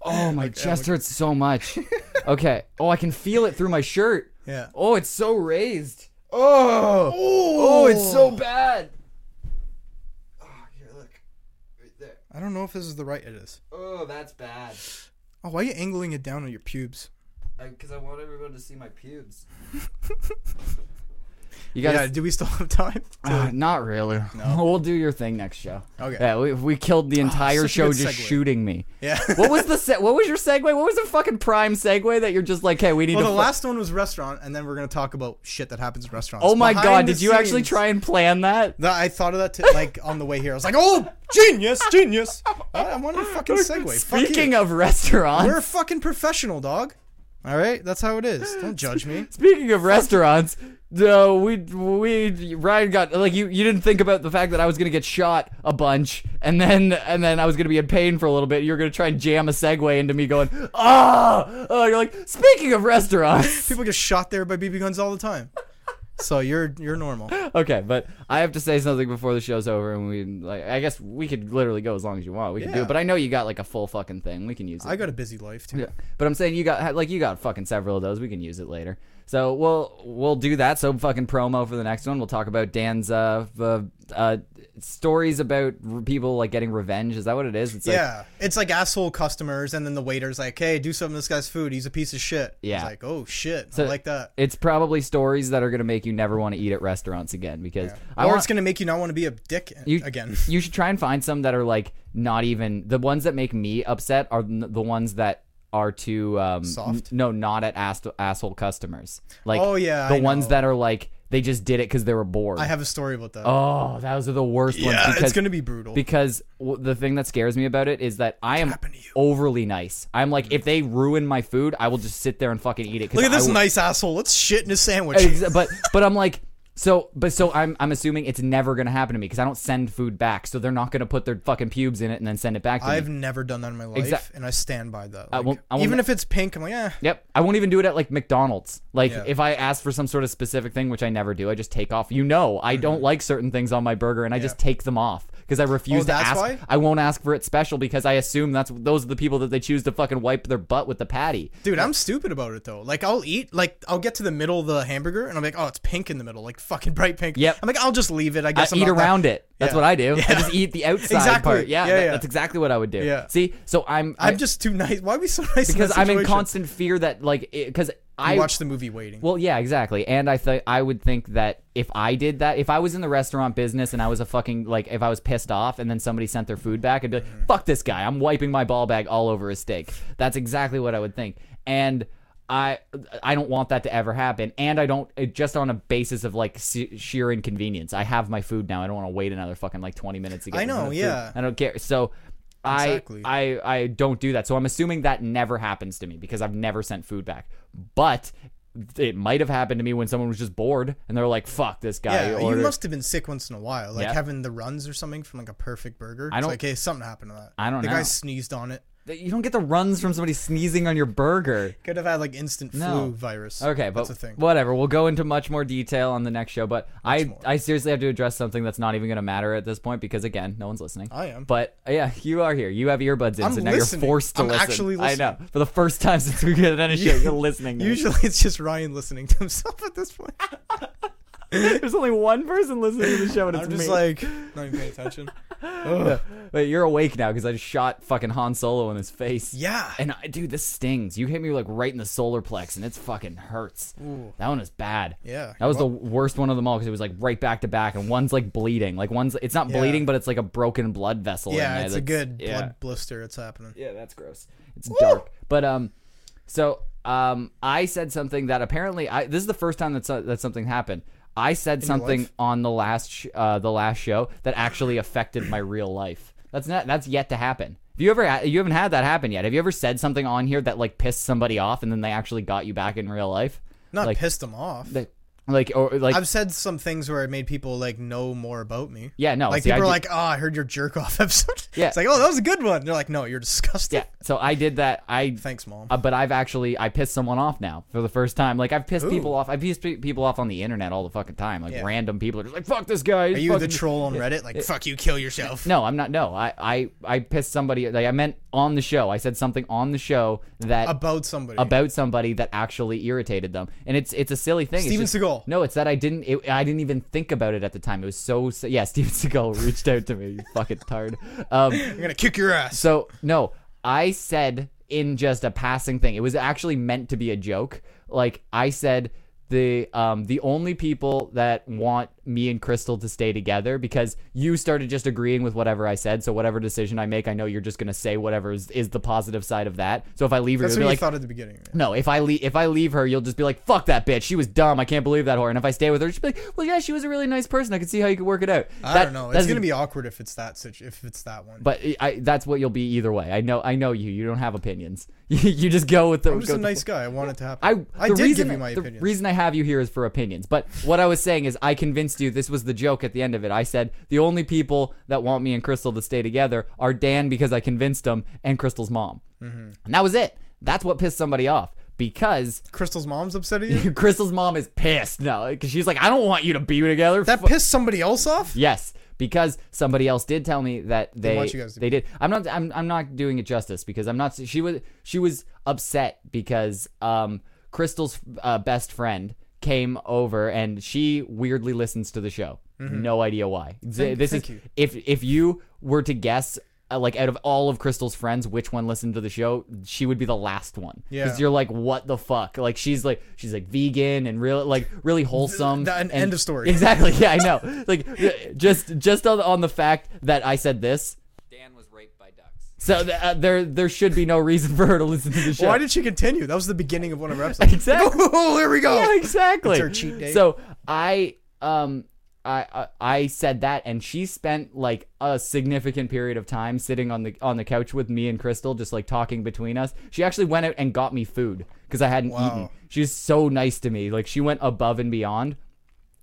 B: But oh, my chest hurts so much. Okay. Oh, I can feel it through my shirt.
A: Yeah.
B: Oh, it's so raised. Oh. Oh, it's so bad.
A: I don't know if this is the right it is.
B: Oh, that's bad.
A: Oh, why are you angling it down on your pubes?
F: because I, want everyone to see my pubes.
B: You
A: Yeah.
B: guys,
A: Do we still have time?
B: uh, not really. We'll do your thing next show.
A: Okay. Ah,
B: Yeah, we, we killed the entire
A: such a
B: show
A: good
B: just
A: segue.
B: shooting me.
A: Yeah.
B: What was the se- what was your segue? What was the fucking prime segue that you're just like, hey, we need
A: Well,
B: to.
A: the
B: fu-
A: last one was restaurant, and then we're gonna talk about shit that happens in restaurants.
B: oh my
A: Behind
B: god,
A: the
B: did you actually
A: scenes.
B: try and plan that?
A: That I thought of that t- like on the way here. I was like, "Oh, genius, genius!" I, I wanted a fucking segue.
B: Speaking
A: Fuck
B: of restaurants,
A: you. we're a fucking professional, dog. All right, that's how it is. Don't judge me.
B: Speaking of restaurants, no, we we Ryan got like you you didn't think about the fact that I was gonna get shot a bunch, and then and then I was gonna be in pain for a little bit. You're gonna try and jam a segue into me going, ah, oh, you're like speaking of restaurants.
A: People get shot there by BB guns all the time. So you're you're normal.
B: okay, but I have to say something before the show's over, and we like I guess we could literally go as long as you want. We can do
A: Yeah.
B: it, but I know you got like a full fucking thing. We can use it.
A: I got a busy life too.
B: Yeah, but I'm saying you got like you got fucking several of those. We can use it later. So we'll we'll do that. So fucking promo for the next one. We'll talk about Dan's uh, uh, uh stories about r- people like getting revenge. Is that what it is? It's Like,
A: yeah, it's like asshole customers, and then the waiter's like, "Hey, do something to this guy's food. He's a piece of shit." It's
B: Yeah.
A: like, "Oh shit,
B: So-
A: I like that."
B: it's probably stories that are gonna make you never want to eat at restaurants again because I
A: or
B: want
A: it's gonna make you not want to be a dick
B: you,
A: again.
B: you should try and find some that are like not even the ones that make me upset are n- the ones that are too um,
A: Soft?
B: n- no, not at ass- asshole customers. Like
A: Oh, yeah,
B: the
A: I
B: ones
A: know.
B: that are like they just did it because they were bored.
A: I have a story about that.
B: Oh, those are the worst ones.
A: yeah,
B: Because,
A: it's gonna be brutal.
B: because w- the thing that scares me about it is that I am
A: happened to you? Mm-hmm.
B: overly nice. I'm like, if they ruin my food, I will just sit there and fucking eat it. 'cause
A: Look at
B: I
A: this
B: will-
A: nice asshole. Let's shit in his sandwich.
B: Exa- but but I'm like. So, but so I'm I'm assuming it's never gonna happen to me because I don't send food back, so they're not gonna put their fucking pubes in it and then send it back to me.
A: I've never done that in my life,
B: Exact-
A: and I stand by that.
B: I
A: Like,
B: won't- I won't-
A: even if it's pink, I'm like, eh.
B: Yep. I won't even do it at like McDonald's. Like
A: Yeah.
B: if I ask for some sort of specific thing, which I never do, I just take off. You know,
A: Mm-hmm.
B: I don't like certain things on my burger and I just take them off because I refuse
A: Oh,
B: to
A: that's
B: ask.
A: why?
B: I won't ask for it special because I assume that's those are the people that they choose to fucking wipe their butt with the patty.
A: Dude, I'm stupid about it though. Like, I'll eat, like, I'll get to the middle of the hamburger, and I'm like, oh, it's pink in the middle, like fucking bright pink.
B: Yep.
A: I'm like, I'll just leave it. I
B: I
A: guess I'm
B: eat
A: not that-
B: around it. That's
A: Yeah.
B: what I do. I
A: Yeah.
B: just eat the outside
A: Exactly.
B: part. Yeah,
A: Yeah,
B: that-
A: yeah.
B: that's exactly what I would do.
A: Yeah.
B: See, so I'm I-
A: I'm just too nice. Why are we so nice?
B: because
A: in that
B: I'm in
A: situation?
B: constant fear that like because I
A: You watch the movie waiting.
B: Well, yeah, exactly. And I think I would think that if I did that, if I was in the restaurant business and I was a fucking like, if I was pissed off and then somebody sent their food back, I'd be
A: Mm-hmm.
B: like, "Fuck this guy! I'm wiping my ball bag all over his steak." That's exactly what I would think. And I I don't want that to ever happen. And I don't it- just on a basis of like se- sheer inconvenience. I have my food now. I don't want to wait another fucking like 20 minutes to get.
A: I
B: this
A: know,
B: other food.
A: yeah.
B: I don't care. So. I,
A: Exactly.
B: I I don't do that. So I'm assuming that never happens to me because I've never sent food back. But it might have happened to me when someone was just bored and they're like, "Fuck this guy."
A: yeah, you
B: ordered-
A: must have been sick once in a while, like
B: Yeah.
A: having the runs or something from like a perfect burger.
B: I
A: It's
B: don't-
A: like, hey, something happened to that.
B: I don't
A: the
B: know.
A: guy sneezed on it.
B: you don't get the runs from somebody sneezing on your burger.
A: Could have had like instant flu
B: No.
A: virus.
B: Okay, but
A: that's a thing.
B: whatever. We'll go into much more detail on the next show, but I I seriously have to address something that's not even going to matter at this point because again, no one's listening.
A: I am.
B: But uh, yeah, you are here. You have earbuds in,
A: I'm
B: so now
A: listening.
B: you're forced to
A: I'm
B: listen.
A: actually
B: I know. For the first time since we got on a show, you're listening. to me.
A: Usually, it's just Ryan listening to himself at this point.
B: There's only one person listening to the show, and it's
A: I'm just
B: me.
A: like not even paying attention.
B: But you're awake now because I just shot fucking Han Solo in his face.
A: Yeah.
B: And I, dude, this stings. You hit me like right in the solar plex, and it's fucking hurts. That one is bad.
A: Yeah.
B: That was the worst one of them all because it was like right back to back, and one's like bleeding. Like one's it's not
A: Yeah.
B: bleeding, but it's like a broken blood vessel. in
A: Yeah,
B: there
A: it's a
B: that's-
A: good
B: yeah.
A: blood blister. It's happening.
B: Yeah, that's gross. It's dark. But um, so um, I said something that apparently I this is the first time that so, that something happened. I said something
A: life?
B: on the last sh- uh, the last show that actually affected my real life. That's not that's yet to happen. Have you ever ha- you haven't had that happen yet? Have you ever said something on here that like pissed somebody off and then they actually got you back in real life?
A: Not
B: like,
A: pissed him off.
B: They, like or like
A: I've said some things where it made people like know more about me.
B: Yeah, no,
A: Like
B: see, I
A: people are
B: did-
A: like, "Oh, I heard your jerk off episode."
B: Yeah.
A: It's like, "Oh, that was a good one." They're like, "No, you're disgusting."
B: yeah. So I did that. I
A: Thanks, mom.
B: Uh, but I've actually I pissed someone off now for the first time. Like I've pissed
A: Who?
B: people off. I've pissed pe- people off on the internet all the fucking time. Like
A: Yeah.
B: random people are just like, "Fuck this
A: are
B: guy." he's
A: you the
B: fucking-"
A: troll on Reddit? Like, "Fuck you, kill yourself."
B: No, I'm not. No, I I I pissed somebody. Like I meant on the show. I said something on the show that
A: About somebody.
B: about somebody that actually irritated them, and it's it's a silly thing. It's
A: Steven
B: just-
A: Seagal.
B: No, it's that I didn't. It, I didn't even think about it at the time. It was so. si- Yeah, Steven Seagal reached out to me. you fucking tired. Um,
A: I'm gonna kick your ass.
B: so no, I said in just a passing thing. It was actually meant to be a joke. Like I said, the um the only people that want me and Crystal to stay together because you started just agreeing with whatever I said. So whatever decision I make, I know you're just gonna say whatever is, is the positive side of that. So if I leave her,
A: That's what
B: you'll be
A: you
B: like,
A: thought at the beginning. right?
B: no, if I leave if I leave her, you'll just be like, "Fuck that bitch. She was dumb. I can't believe that whore." And if I stay with her, she'll be like, "Well, yeah, she was a really nice person. I could see how you could work it out."
A: I
B: That-
A: don't know.
B: that's
A: It's gonna be awkward if it's that situ- if it's that one.
B: But I, I- that's what you'll be either way. I know. I know you. You don't have opinions. You, you just go with the.
A: I'm just
B: go
A: a
B: with the
A: nice guy. I want it to happen.
B: I,
A: I
B: the
A: did
B: reason,
A: give you my
B: the
A: opinion.
B: reason I have you here is for opinions. But what I was saying is, I convinced you this was the joke at the end of it. I said the only people that want me and Crystal to stay together are Dan because I convinced him and Crystal's mom,
A: Mm-hmm.
B: and that was it. That's what pissed somebody off because
A: Crystal's mom's upset at you.
B: Crystal's mom is pissed now because she's like, I don't want you to be together.
A: that
B: Fu-
A: pissed somebody else off.
B: Yes, because somebody else did tell me that they
A: want you guys to
B: they did. I'm not I'm, I'm not doing it justice because I'm not. She was she was upset because um Crystal's uh, best friend came over and she weirdly listens to the show. No idea why. Th- this
A: Mm-hmm. thank
B: is
A: you.
B: if if you were to guess. Uh, like out of all of Crystal's friends, which one listened to the show? She would be the last one.
A: Yeah.
B: you're like, what the fuck? Like she's like she's like vegan and real like really wholesome.
A: Th- an
B: and-
A: end of story.
B: Exactly. Yeah, I know. Like just just on, on the fact that I said this,
C: Dan was raped by ducks.
B: so th- uh, there there should be no reason for her to listen to the show.
A: Why did she continue? That was the beginning of one of her episodes.
B: Exactly.
A: oh, there we go.
B: yeah, exactly.
A: It's her cheat day.
B: So I um I, I I said that, and she spent like a significant period of time sitting on the on the couch with me and Crystal, just like talking between us. She actually went out and got me food because I hadn't
A: Wow.
B: eaten. She was so nice to me. Like she went above and beyond.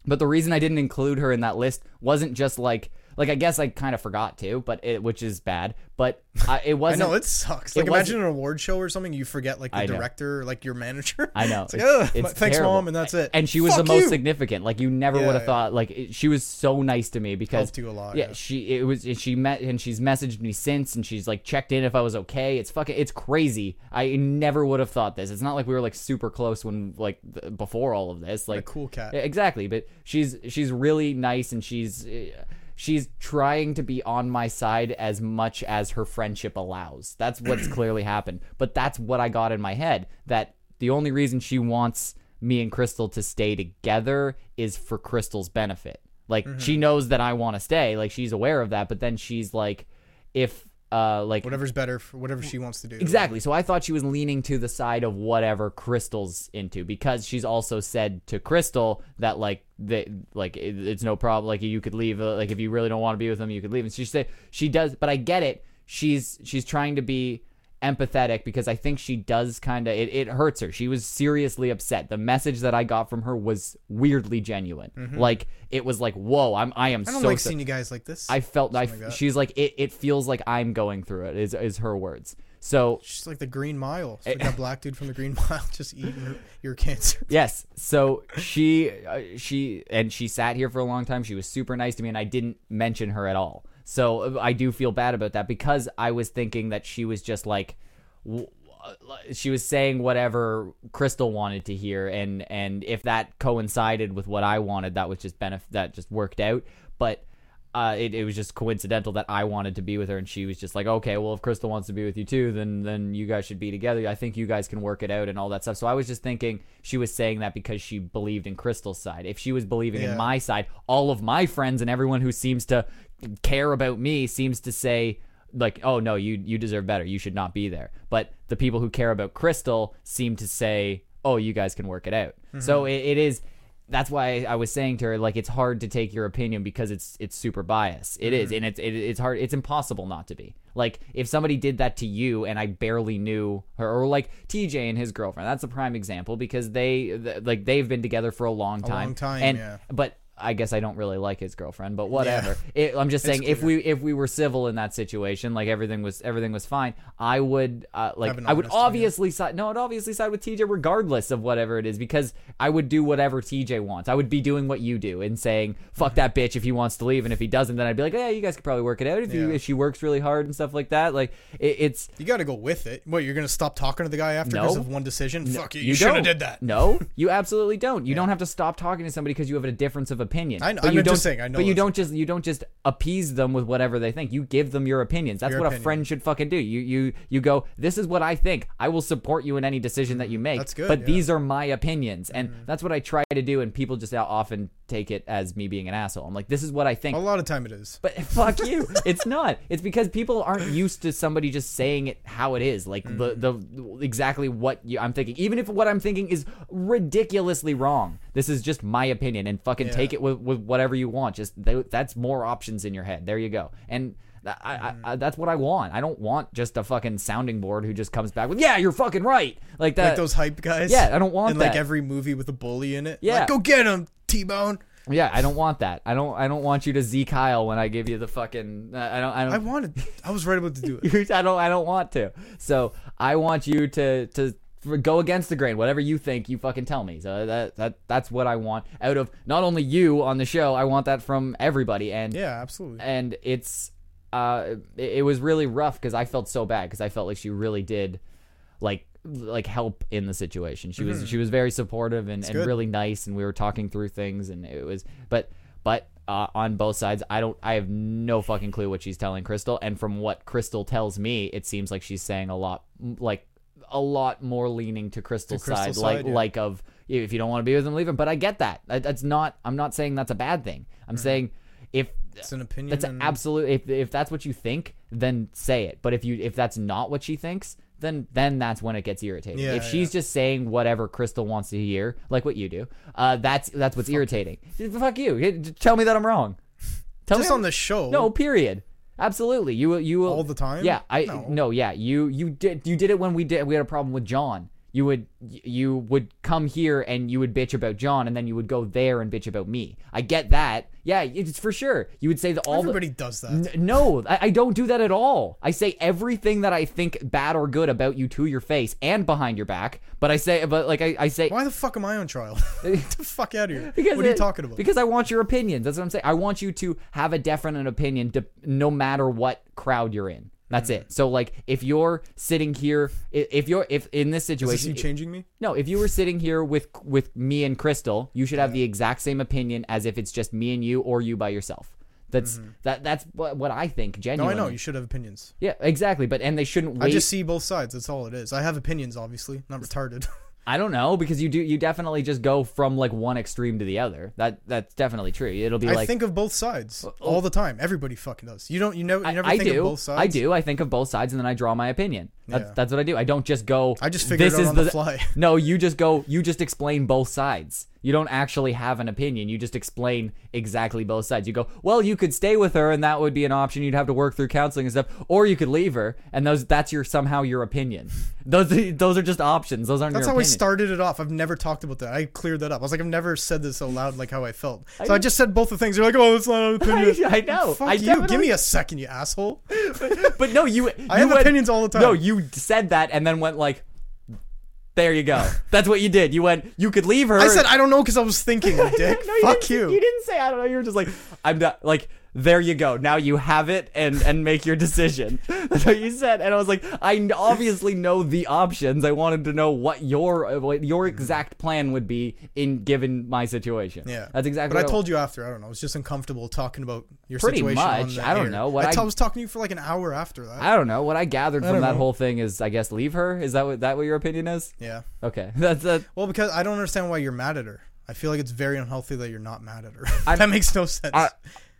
B: But the reason I didn't include her in that list wasn't just like like I guess I kind of forgot to, but it, which is bad. But I, it
A: I
B: wasn't.
A: know it sucks.
B: it
A: Like
B: wasn't-
A: imagine an award show or something, you forget like the
B: I know.
A: director, or, like your manager.
B: I know.
A: It's like,
B: It's-
A: "Ugh,
B: it's
A: my- thanks,
B: terrible.
A: mom, and that's it.
B: And she was
A: Fuck
B: the most
A: you.
B: significant. Like you never
A: Yeah,
B: would have
A: yeah.
B: thought. Like it, she was so nice to me because
A: Helped you a lot,
B: Yeah,
A: yeah.
B: she it was she met and she's messaged me since and she's like checked in if I was okay. It's fucking it's crazy. I never would have thought this. It's not like we were like super close when like th- before all of this. Like
A: cool cat.
B: Yeah, Exactly, but she's she's really nice and she's. uh, She's trying to be on my side as much as her friendship allows. That's what's clearly happened. But that's what I got in my head that the only reason she wants me and Crystal to stay together is for Crystal's benefit. Like she knows that I want to stay, like she's aware of that, but then she's like if uh like
A: Whatever's better for whatever she wants to do.
B: Exactly. So I thought she was leaning to the side of whatever Crystal's into because she's also said to Crystal that like that like it, it's no problem. Like you could leave. Uh, like if you really don't want to be with him, you could leave. And she said she does. But I get it. She's she's trying to be empathetic because I think she does kind of it, it hurts her. She was seriously upset. The message that I got from her was weirdly genuine. Like it was like whoa, I'm I am
A: Mm-hmm. I don't
B: so
A: like
B: so-
A: seeing you guys like this.
B: I felt I,
A: Something like that.
B: she's like it, it feels like I'm going through it is is her words. So
A: She's like the Green Mile.
B: Eh,
A: She's like that black dude from the Green Mile just eating your, your cancer.
B: Yes. So she uh, she and she sat here for a long time. She was super nice to me and I didn't mention her at all. So uh, I do feel bad about that because I was thinking that she was just like w- uh, she was saying whatever Crystal wanted to hear and and if that coincided with what I wanted that was just benef- that just worked out. But uh, it, it was just coincidental that I wanted to be with her, and she was just like, "Okay, well, if Crystal wants to be with you too, then then you guys should be together. I think you guys can work it out and all that stuff." So I was just thinking she was saying that because she believed in Crystal's side. If she was believing
A: Yeah.
B: in my side, all of my friends and everyone who seems to care about me seems to say like, "Oh no, you you deserve better. You should not be there." But the people who care about Crystal seem to say, "Oh, you guys can work it out." So it, it is that's why I was saying to her like it's hard to take your opinion because it's it's super biased.
A: Mm-hmm.
B: It is, and it's it, it's hard. It's impossible not to be. Like if somebody did that to you and I barely knew her, or like TJ and his girlfriend. That's a prime example because they th- like they've been together for a long time.
A: long time,
B: And
A: yeah.
B: but I guess I don't really like his girlfriend, but whatever. It, I'm just saying if we if we were civil in that situation, like everything was everything was fine, I would uh, like
A: Have an
B: I would
A: honest view.
B: obviously side no, I'd obviously side with TJ regardless of whatever it is because I would do whatever TJ wants. I would be doing what you do and saying fuck that bitch if he wants to leave, and if he doesn't, then I'd be like, yeah, you guys could probably work it out if you
A: Yeah.
B: if she works really hard and stuff like that. Like it, it's
A: You got to go with it. What, you're going to stop talking to the guy after because
B: No.
A: of one decision? Fuck you. You,
B: you
A: should
B: don't.
A: have did that.
B: No, you absolutely don't. You don't have to stop talking to somebody because you have a difference of opinion.
A: I know-
B: But
A: I'm
B: you
A: just
B: don't,
A: saying, I know
B: But you
A: that's-
B: don't just you don't just appease them with whatever they think. You give them your opinions. That's
A: Your
B: what
A: opinion.
B: a friend should fucking do. You you you go. This is what I think. I will support you in any decision that you make.
A: That's good,
B: But
A: yeah. Mm.
B: these are my opinions, and that's what I try to do. And people just out- often take it as me being an asshole. I'm like, this is what I think.
A: A lot of time it is.
B: But fuck you. It's not. It's because people aren't used to somebody just saying it how it is, like the
A: Mm-hmm.
B: the exactly what you, I'm thinking. Even if what I'm thinking is ridiculously wrong, this is just my opinion, and fucking take
A: Yeah.
B: it with, with whatever you want. Just th- that's more options in your head. There you go. And. th- I,
A: Mm-hmm.
B: I, I, that's what I want. I don't want just a fucking sounding board who just comes back with, "Yeah, you're fucking right," like that.
A: like those hype guys.
B: Uh, yeah, I don't want
A: in like
B: that.
A: every movie with a bully in it.
B: Yeah.
A: Like, go get him, T Bone.
B: yeah, I don't want that. I don't. I don't want you to Z Kyle when I give you the fucking. I don't. I don't.
A: I wanted. I was right about to do it.
B: You- I don't. I don't want to. So I want you to to f- go against the grain. Whatever you think, you fucking tell me. So that that that's what I want out of not only you on the show. I want that from everybody. And
A: Yeah, absolutely.
B: and it's uh it, it was really rough because I felt so bad because I felt like she really did like like help in the situation. She was she was very supportive and, and
A: Mm-hmm. good.
B: really nice and we were talking through things and it was but but uh, on both sides I don't I have no fucking clue what she's telling Crystal and from what Crystal tells me it seems like she's saying a lot like a lot more leaning to Crystal's
A: Crystal
B: side like
A: side, yeah.
B: like of if you don't want to be with him leave him but I get that That- that's not I'm not saying that's a bad thing. I'm saying if
A: Mm-hmm. It's an opinion.
B: that's
A: and-
B: absolute. If if that's what you think, then say it. But if you if that's not what she thinks, then then that's when it gets irritating.
A: Yeah,
B: if she's just saying whatever Crystal wants to hear, like what you do, uh, that's that's what's irritating. Fuck you. Hey, j- Tell me that I'm wrong. Tell
A: Just
B: me
A: on the show.
B: no period. Absolutely. You will- you will
A: All the time?
B: Yeah. I
A: No.
B: no. Yeah. You you did you did it when we did we had a problem with John. You would you would come here and you would bitch about John and then you would go there and bitch about me. I get that. Yeah, it's for sure. You would say that all the-
A: Everybody does that.
B: N- no, I, I don't do that at all. I say everything that I think bad or good about you to your face and behind your back. But I say, but like I, I say,
A: Why the fuck am I on trial? Get the fuck out of here.
B: because
A: what are you
B: it-
A: talking about?
B: Because I want your opinions. That's what I'm saying. I want you to have a definite opinion, de- no matter what crowd you're in. That's
A: Mm-hmm.
B: it. So like, if you're sitting here, i- if you're if in this
A: is this you
B: situation,
A: changing me?
B: no, if you were sitting here with with me and Crystal, you should have the exact same opinion as if it's just me and you or you by yourself. That's that that's what, what I think
A: Mm-hmm. No, I
B: genuinely.
A: know. You should have opinions.
B: Yeah, exactly. But and they shouldn't
A: I
B: wait. I,
A: just see both sides. That's all it is. I have opinions, obviously. Not retarded.
B: don't know because you do you definitely just go from like one extreme to the other. That that's definitely true. It'll be
A: I
B: like Oh,
A: think of both sides all the time. Everybody fucking does. You don't. You never. You never
B: I, I
A: think
B: do.
A: of both sides.
B: I do. I think of both sides and then I draw my opinion. That's
A: Yeah.
B: that's what I do. I don't just go.
A: I just figure it
B: this
A: out
B: is
A: on the fly.
B: No, you just go. You just explain both sides. You don't actually have an opinion. You just explain exactly both sides. You go, well, you could stay with her, and that would be an option. You'd have to work through counseling and stuff, or you could leave her, and those that's your somehow your opinion. Those those are just options. Those aren't.
A: That's
B: your
A: how I
B: opinion.
A: started it off. I've never talked about that. I cleared that up. I was like, I've never said this out loud, like how I felt. So I, just said both the things. You're like, oh, that's not an opinion.
B: I know.
A: Fuck
B: I
A: you.
B: definitely-
A: Give me a second, you asshole.
B: But no, you.
A: I
B: you
A: have
B: went-
A: opinions all the time.
B: No, you said that and then went like, "There you go." That's what you did. You went. You could leave her.
A: I said I don't know because I was thinking, you dick.
B: No, you
A: Fuck
B: didn't- You
A: you.
B: didn't say I don't know. You were just like, "I'm not." Like, there you go. Now you have it, and and make your decision. That's what you said. And I was like, I kn- obviously know the options. I wanted to know what your uh, what your exact plan would be in given my situation.
A: Yeah,
B: that's exactly.
A: But
B: what
A: I told you after. I don't know. I was just uncomfortable talking about your
B: Pretty
A: situation. on
B: much.
A: the
B: I don't
A: air.
B: know what
A: I t-
B: I-
A: I was talking to you for like an hour after that.
B: I don't know what I gathered from
A: don't
B: that
A: know.
B: whole thing is I guess leave her is that what that what your opinion is
A: yeah.
B: okay that's that
A: Well, because I don't understand why you're mad at her. I feel like it's very unhealthy that you're not mad at her.
B: I'm-
A: that makes no sense.
B: I,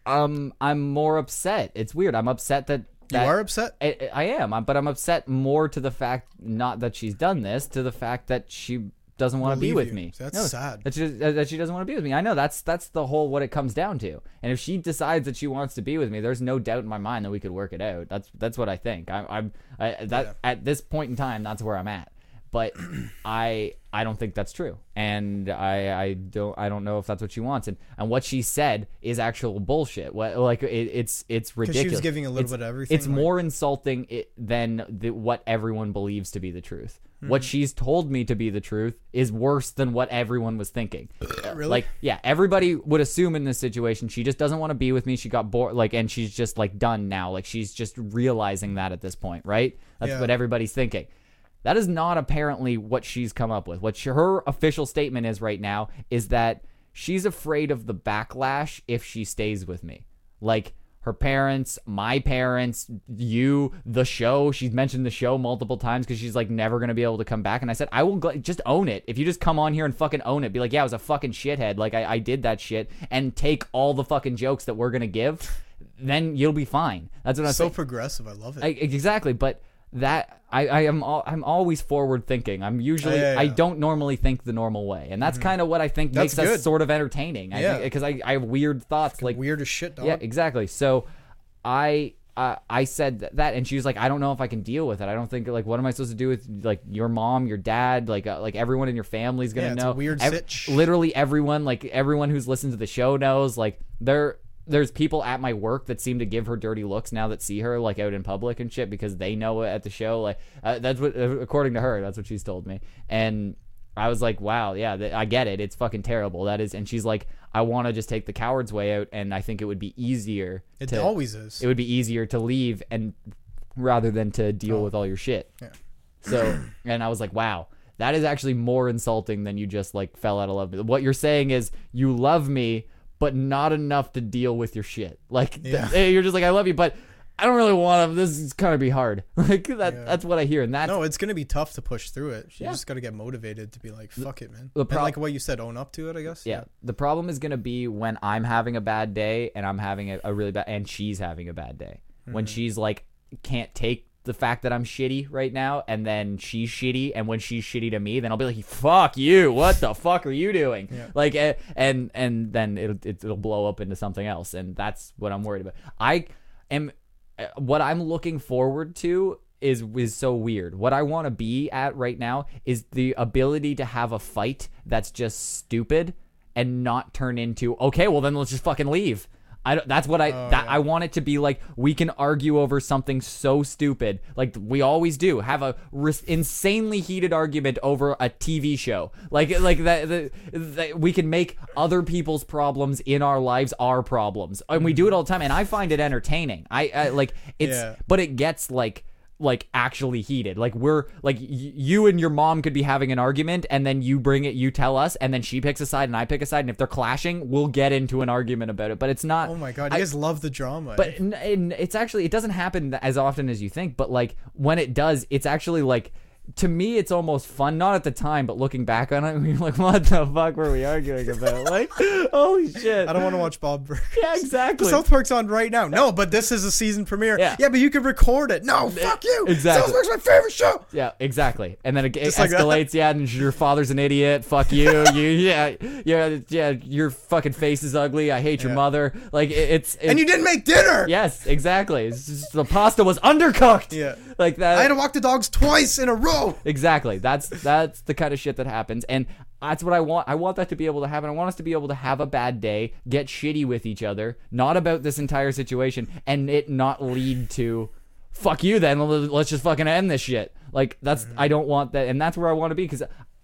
B: um, I'm more upset. It's weird. I'm upset that,
A: you
B: that
A: are upset.
B: I, I am, I'm- but I'm upset more to the fact not that she's done this, to the fact that she doesn't want
A: Will
B: to be
A: leave
B: with
A: you.
B: me.
A: That's
B: No,
A: sad.
B: That she, that she doesn't want to be with me. I know that's that's the whole what it comes down to. And if she decides that she wants to be with me, there's no doubt in my mind that we could work it out. That's that's what I think. I, I'm I, that at this point in time, that's where I'm at. But I I don't think that's true, and I, I don't I don't know if that's what she wants, and, and what she said is actual bullshit. What like it, it's it's
A: she was
B: ridiculous.
A: giving a little
B: It's-
A: bit of everything,
B: It's
A: like-
B: more more insulting it than the, what everyone believes to be the truth. What
A: Hmm.
B: she's told me to be the truth is worse than what everyone was thinking.
A: Really?
B: Like, yeah, everybody would assume in this situation she just doesn't want to be with me. She got bored, like, and she's just like done now. Like, she's just realizing that at this point, right? That's
A: Yeah.
B: what everybody's thinking. That is not apparently what she's come up with. What she, her official statement is right now is that she's afraid of the backlash if she stays with me. Like her parents, my parents, you, the show. She's mentioned the show multiple times because she's like never gonna be able to come back. And I said, I will gl- just own it. If you just come on here and fucking own it, be like, yeah, I was a fucking shithead. Like I, I did that shit, and take all the fucking jokes that we're gonna give, then you'll be fine. That's what I'm
A: So
B: saying.
A: progressive. I love it.
B: I, exactly, but that I, I am all, I'm always forward thinking. I'm usually
A: Yeah, yeah,
B: I
A: yeah.
B: don't normally think the normal way, and that's kind of what I think
A: That's
B: makes us
A: good.
B: sort of entertaining.
A: Yeah.
B: because I, I have weird thoughts like
A: Weird as shit, dog.
B: yeah, exactly. So I uh, I said th- that, and she was like, I don't know if I can deal with it. I don't think like what am I supposed to do with like your mom, your dad, like uh, like everyone in your family's gonna
A: Yeah, it's a
B: know.
A: weird
B: Ev-
A: sitch.
B: Literally everyone, like everyone who's listened to the show knows. Like there there's people at my work that seem to give her dirty looks now that see her like out in public and shit because they know it at the show. Like uh, that's what uh, according to her, that's what she's told me. And I was like, wow, yeah, th- I get it. It's fucking terrible. That is, and she's like, I want to just take the coward's way out, and I think it would be easier.
A: it
B: to,
A: always is.
B: It would be easier to leave and rather than to deal with all your shit.
A: Oh. Yeah.
B: So, and I was like, wow, that is actually more insulting than you just like fell out of love. with- What you're saying is you love me, but not enough to deal with your shit. Like th-
A: Yeah.
B: eh, you're just like, I love you, but I don't really want to. This is kind of be hard. Like that.
A: Yeah.
B: That's what I hear, and that's
A: no, it's gonna be tough to push through it. You
B: Yeah.
A: just gotta get motivated to be like, fuck it, man.
B: the
A: and
B: prob-
A: like what you said, own up to it. I guess.
B: Yeah. The problem is going to be when I'm having a bad day and I'm having a, a really bad and she's having a bad day. When she's like can't take the fact that I'm shitty right now and then she's shitty and when she's shitty to me then I'll be like fuck you. What the fuck are you doing? Like eh, and and then it'll it'll blow up into something else and that's what I'm worried about. I am uh, what I'm looking forward to is is so weird. What I want to be at right now is the ability to have a fight that's just stupid and not turn into okay, well then let's just fucking leave. I don't, that's what I that I want it to be like we can argue over something so stupid like we always do have a ris- insanely heated argument over a TV show like like that, that, that we can make other people's problems in our lives our problems and we do it all the time and I find it entertaining I, I like it's
A: Mm-hmm. Yeah.
B: but it gets like like actually heated like we're like y- you and your mom could be having an argument and then you bring it you tell us and then she picks a side and i pick a side and if they're clashing we'll get into an argument about it but it's not
A: Oh my god, you guys love the drama. eh?
B: but n- n- it's actually it doesn't happen as often as you think but like when it does it's actually like to me it's almost fun not at the time but looking back on it you're like what the fuck were we arguing about like holy shit
A: I don't want to watch Bob Burke.
B: yeah exactly
A: South Park's on right now. No, but this is a season premiere.
B: Yeah.
A: but you can record it. No, fuck you.
B: exactly.
A: South Park's my favorite show.
B: Yeah, exactly. And then it, it
A: Just like that.
B: escalates. yeah, and your father's an idiot. Fuck you. you yeah, yeah, yeah. Your fucking face is ugly. I hate your
A: Yeah.
B: mother. Like it, it's,
A: And you didn't make dinner.
B: Yes, exactly. It's just the pasta was undercooked.
A: Yeah.
B: like that.
A: I had to walk the dogs twice in a row.
B: Exactly. That's that's the kind of shit that happens, and that's what I want. I want that to be able to happen. I want us to be able to have a bad day, get shitty with each other, not about this entire situation, and it not lead to, fuck you. Then L- let's just fucking end this shit. Like that's I don't want that, and that's where I want to be because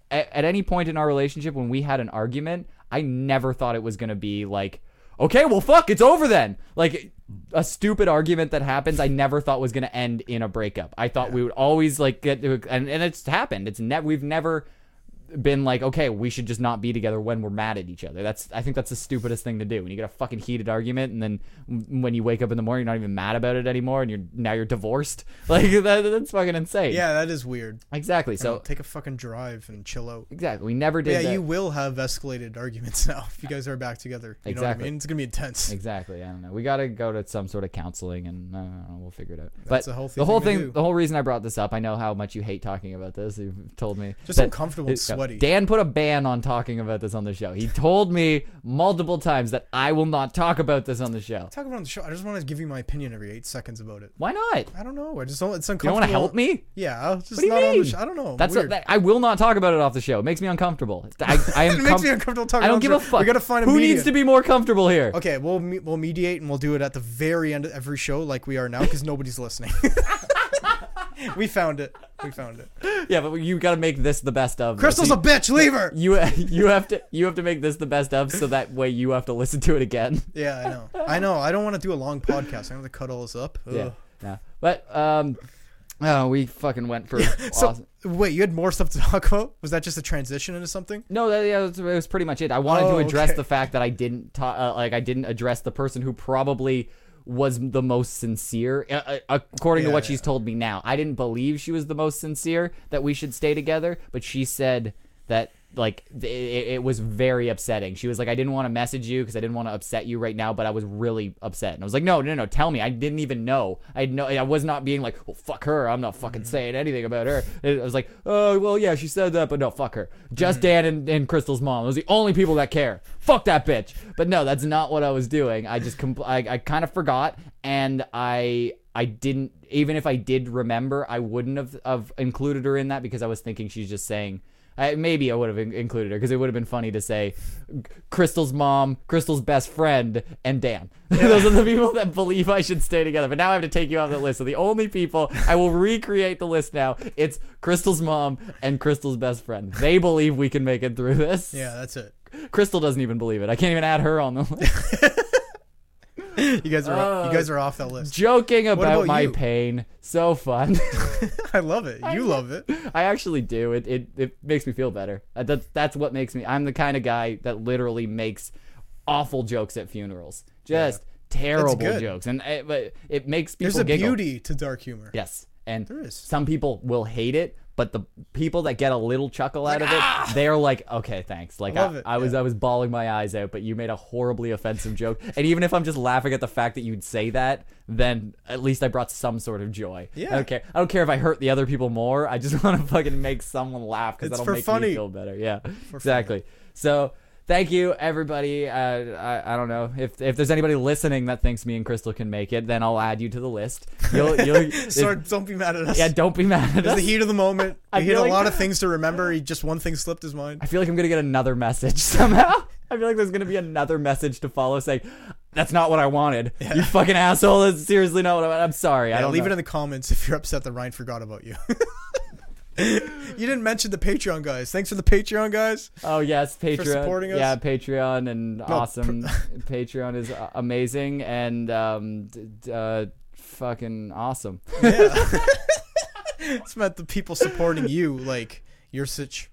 B: at, at any point in our relationship when we had an argument, I never thought it was gonna be like. Okay, well, fuck, it's over then. Like a stupid argument that happens, I never thought was going to end in a breakup. I thought we would always like get to, and, and it's happened. It's ne- we've never been like, okay, we should just not be together when we're mad at each other. That's I think that's the stupidest thing to do. When you get a fucking heated argument, and then w- when you wake up in the morning, you're not even mad about it anymore, and you're now you're divorced. Like that, that's fucking insane.
A: Yeah, that is weird.
B: exactly. So
A: Take a fucking drive and chill out.
B: exactly, we never did.
A: Yeah,
B: that.
A: you will have escalated arguments now if you guys are back together. You know what
B: Exactly.
A: I mean? It's gonna be intense.
B: Exactly. I don't know. We got to go to some sort of counseling, and I don't know, we'll figure it out.
A: That's
B: but
A: a healthy
B: the whole
A: thing
B: thing,
A: to do.
B: the whole reason I brought this up, I know how much you hate talking about this. You've told me
A: Just uncomfortable and
B: it- no,
A: sweaty.
B: Dan put a ban on talking about this on the show. He told me multiple times that I will not talk about this on the show.
A: Talk about it on the show. I just want to give you my opinion every eight seconds about it.
B: Why not?
A: I don't know. I just don't. It's
B: You don't
A: uncomfortable.
B: want to help me?
A: Yeah, I'll just
B: What do you
A: not on
B: mean?
A: the show. I don't know.
B: That's
A: Weird.
B: that, I will not talk about it off the show. It makes me uncomfortable. I, I am
A: it makes
B: com-
A: me uncomfortable talking.
B: I don't
A: about
B: give a
A: it.
B: fuck.
A: We gotta find a
B: who
A: medium.
B: needs to be more comfortable here.
A: Okay, we'll me- we'll mediate and we'll do it at the very end of every show, like we are now, because nobody's listening. we found it. We found it.
B: Yeah, but you got to make this the best of. this.
A: Crystal's
B: You-
A: a bitch. Leave her.
B: you you have to you have to make this the best of so that way you have to listen to it again.
A: Yeah, I know. I know. I don't want to do a long podcast. I'm gonna cut all this up. Ugh.
B: Yeah. No. But um Oh, we fucking went for
A: So
B: awesome.
A: wait, you had more stuff to talk about? Was that just a transition into something?
B: No, that, yeah, that's- it was pretty much it. I wanted
A: Oh,
B: to address
A: okay.
B: the fact that I didn't ta- uh, like I didn't address the person who probably was the most sincere uh, uh, according to
A: Yeah,
B: what
A: yeah.
B: she's told me now. I didn't believe she was the most sincere that we should stay together, but she said that like th- it, it was very upsetting. She was like I didn't want to message you cuz I didn't want to upset you right now, but I was really upset. And I was like, "No, no, no, tell me. I didn't even know. I had no I was not being like, "Well, fuck her. I'm not fucking saying anything about her." And I was like, "Oh, well, yeah, she said that, but no, fuck her." Just Dan and, and Crystal's mom. Those are the only people that care. Fuck that bitch. But no, that's not what I was doing. I just compl- I, I kind of forgot and I I didn't even if I did remember, I wouldn't have, have included her in that because I was thinking she's just saying I, maybe I would have in- included her because it would have been funny to say Crystal's mom, Crystal's best friend, and Dan. Those are the people that believe I should stay together. But now I have to take you off the list. So the only people I will recreate the list now. It's Crystal's mom and Crystal's best friend. They believe we can make it through this.
A: Yeah, that's it.
B: Crystal doesn't even believe it. I can't even add her on the list.
A: You guys are
B: Oh.
A: you guys are off that list.
B: Joking about,
A: about
B: my
A: you?
B: pain. So fun.
A: I love it. You love it.
B: I actually do. It it, it makes me feel better. Uh, That's that's what makes me. I'm the kind of guy that literally makes awful jokes at funerals. Just terrible
A: good.
B: jokes, and it, but it makes people
A: There's a
B: giggle.
A: beauty to dark humor.
B: Yes, and
A: There is.
B: some people will hate it, but the people that get a little chuckle out of it, they're like, okay, thanks. Like I,
A: "Ah!" love it,
B: I was
A: yeah.
B: I was bawling my eyes out, but you made a horribly offensive joke, and even if I'm just laughing at the fact that you'd say that, then at least I brought some sort of joy. I
A: Yeah.
B: don't care. I don't care if I hurt the other people more. I just want to fucking make someone laugh because
A: It's
B: that'll
A: for
B: make me
A: funny.
B: feel better. Yeah, exactly. So. Thank you, everybody. Uh, I, I don't know if if there's anybody listening that thinks me and Crystal can make it, then I'll add you to the list. You'll, you'll
A: So don't be mad at us.
B: yeah, don't be mad at
A: It's
B: us.
A: the heat of the moment.
B: I
A: We hit a
B: feel like-
A: lot of things to remember. He just one thing slipped his mind.
B: I feel like I'm gonna get another message somehow. I feel like there's gonna be another message to follow saying, "That's not what I wanted. You fucking asshole. That's seriously not what I wanted. I'm sorry. I
A: Yeah,
B: don't
A: leave it
B: know."
A: in the comments if you're upset that Ryan forgot about you. you didn't mention the Patreon guys. Thanks for the Patreon guys.
B: oh yes, Patreon.
A: supporting us.
B: Yeah, Patreon and awesome.
A: pr-
B: Patreon is uh, amazing and um, d- d- uh, fucking awesome.
A: It's about the people supporting you, like your such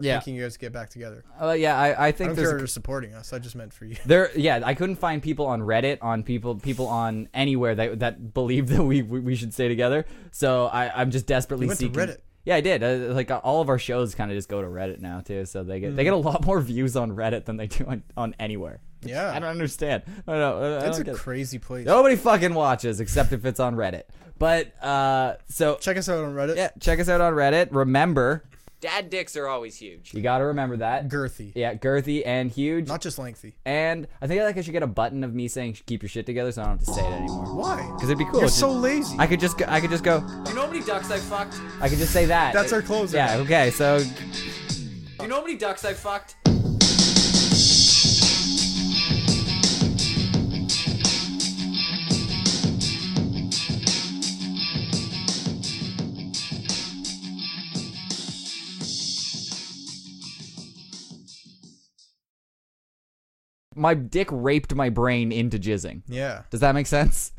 B: Yeah.
A: making you guys get back together.
B: Uh, yeah, I, I
A: I
B: think
A: don't
B: there's
A: care if you're supporting us. I just meant for you.
B: There, yeah, I couldn't find people on Reddit, on people, people on anywhere that that believe that we we, we should stay together. So I, I'm just desperately
A: You went to
B: seeking.
A: Reddit.
B: Yeah, I did. Uh, like uh, all of our shows, kind of just go to Reddit now too. So they get they
A: Hmm.
B: get a lot more views on Reddit than they do on, on anywhere.
A: Yeah.
B: I don't understand. I don't know. I- I
A: It's
B: don't
A: a
B: get it.
A: crazy place.
B: Nobody fucking watches except if it's on Reddit. But uh, so
A: Check us out on Reddit.
B: yeah, check us out on Reddit. Remember,
C: Dad dicks are always huge.
B: you got to remember that.
A: Girthy,
B: yeah, girthy and huge.
A: not just lengthy.
B: And I think like I should get a button of me saying keep your shit together, so I don't have to say it anymore.
A: Why?
B: Because it'd be cool.
A: You're
B: It's
A: so
B: just-
A: lazy.
B: I could just go, I could just go.
C: Do you know how many ducks I fucked? Do
B: I could just say that.
A: That's our closer.
B: Yeah. Okay. So
C: you know how many ducks I fucked?
B: my dick raped my brain into jizzing.
A: Yeah.
B: Does that make sense?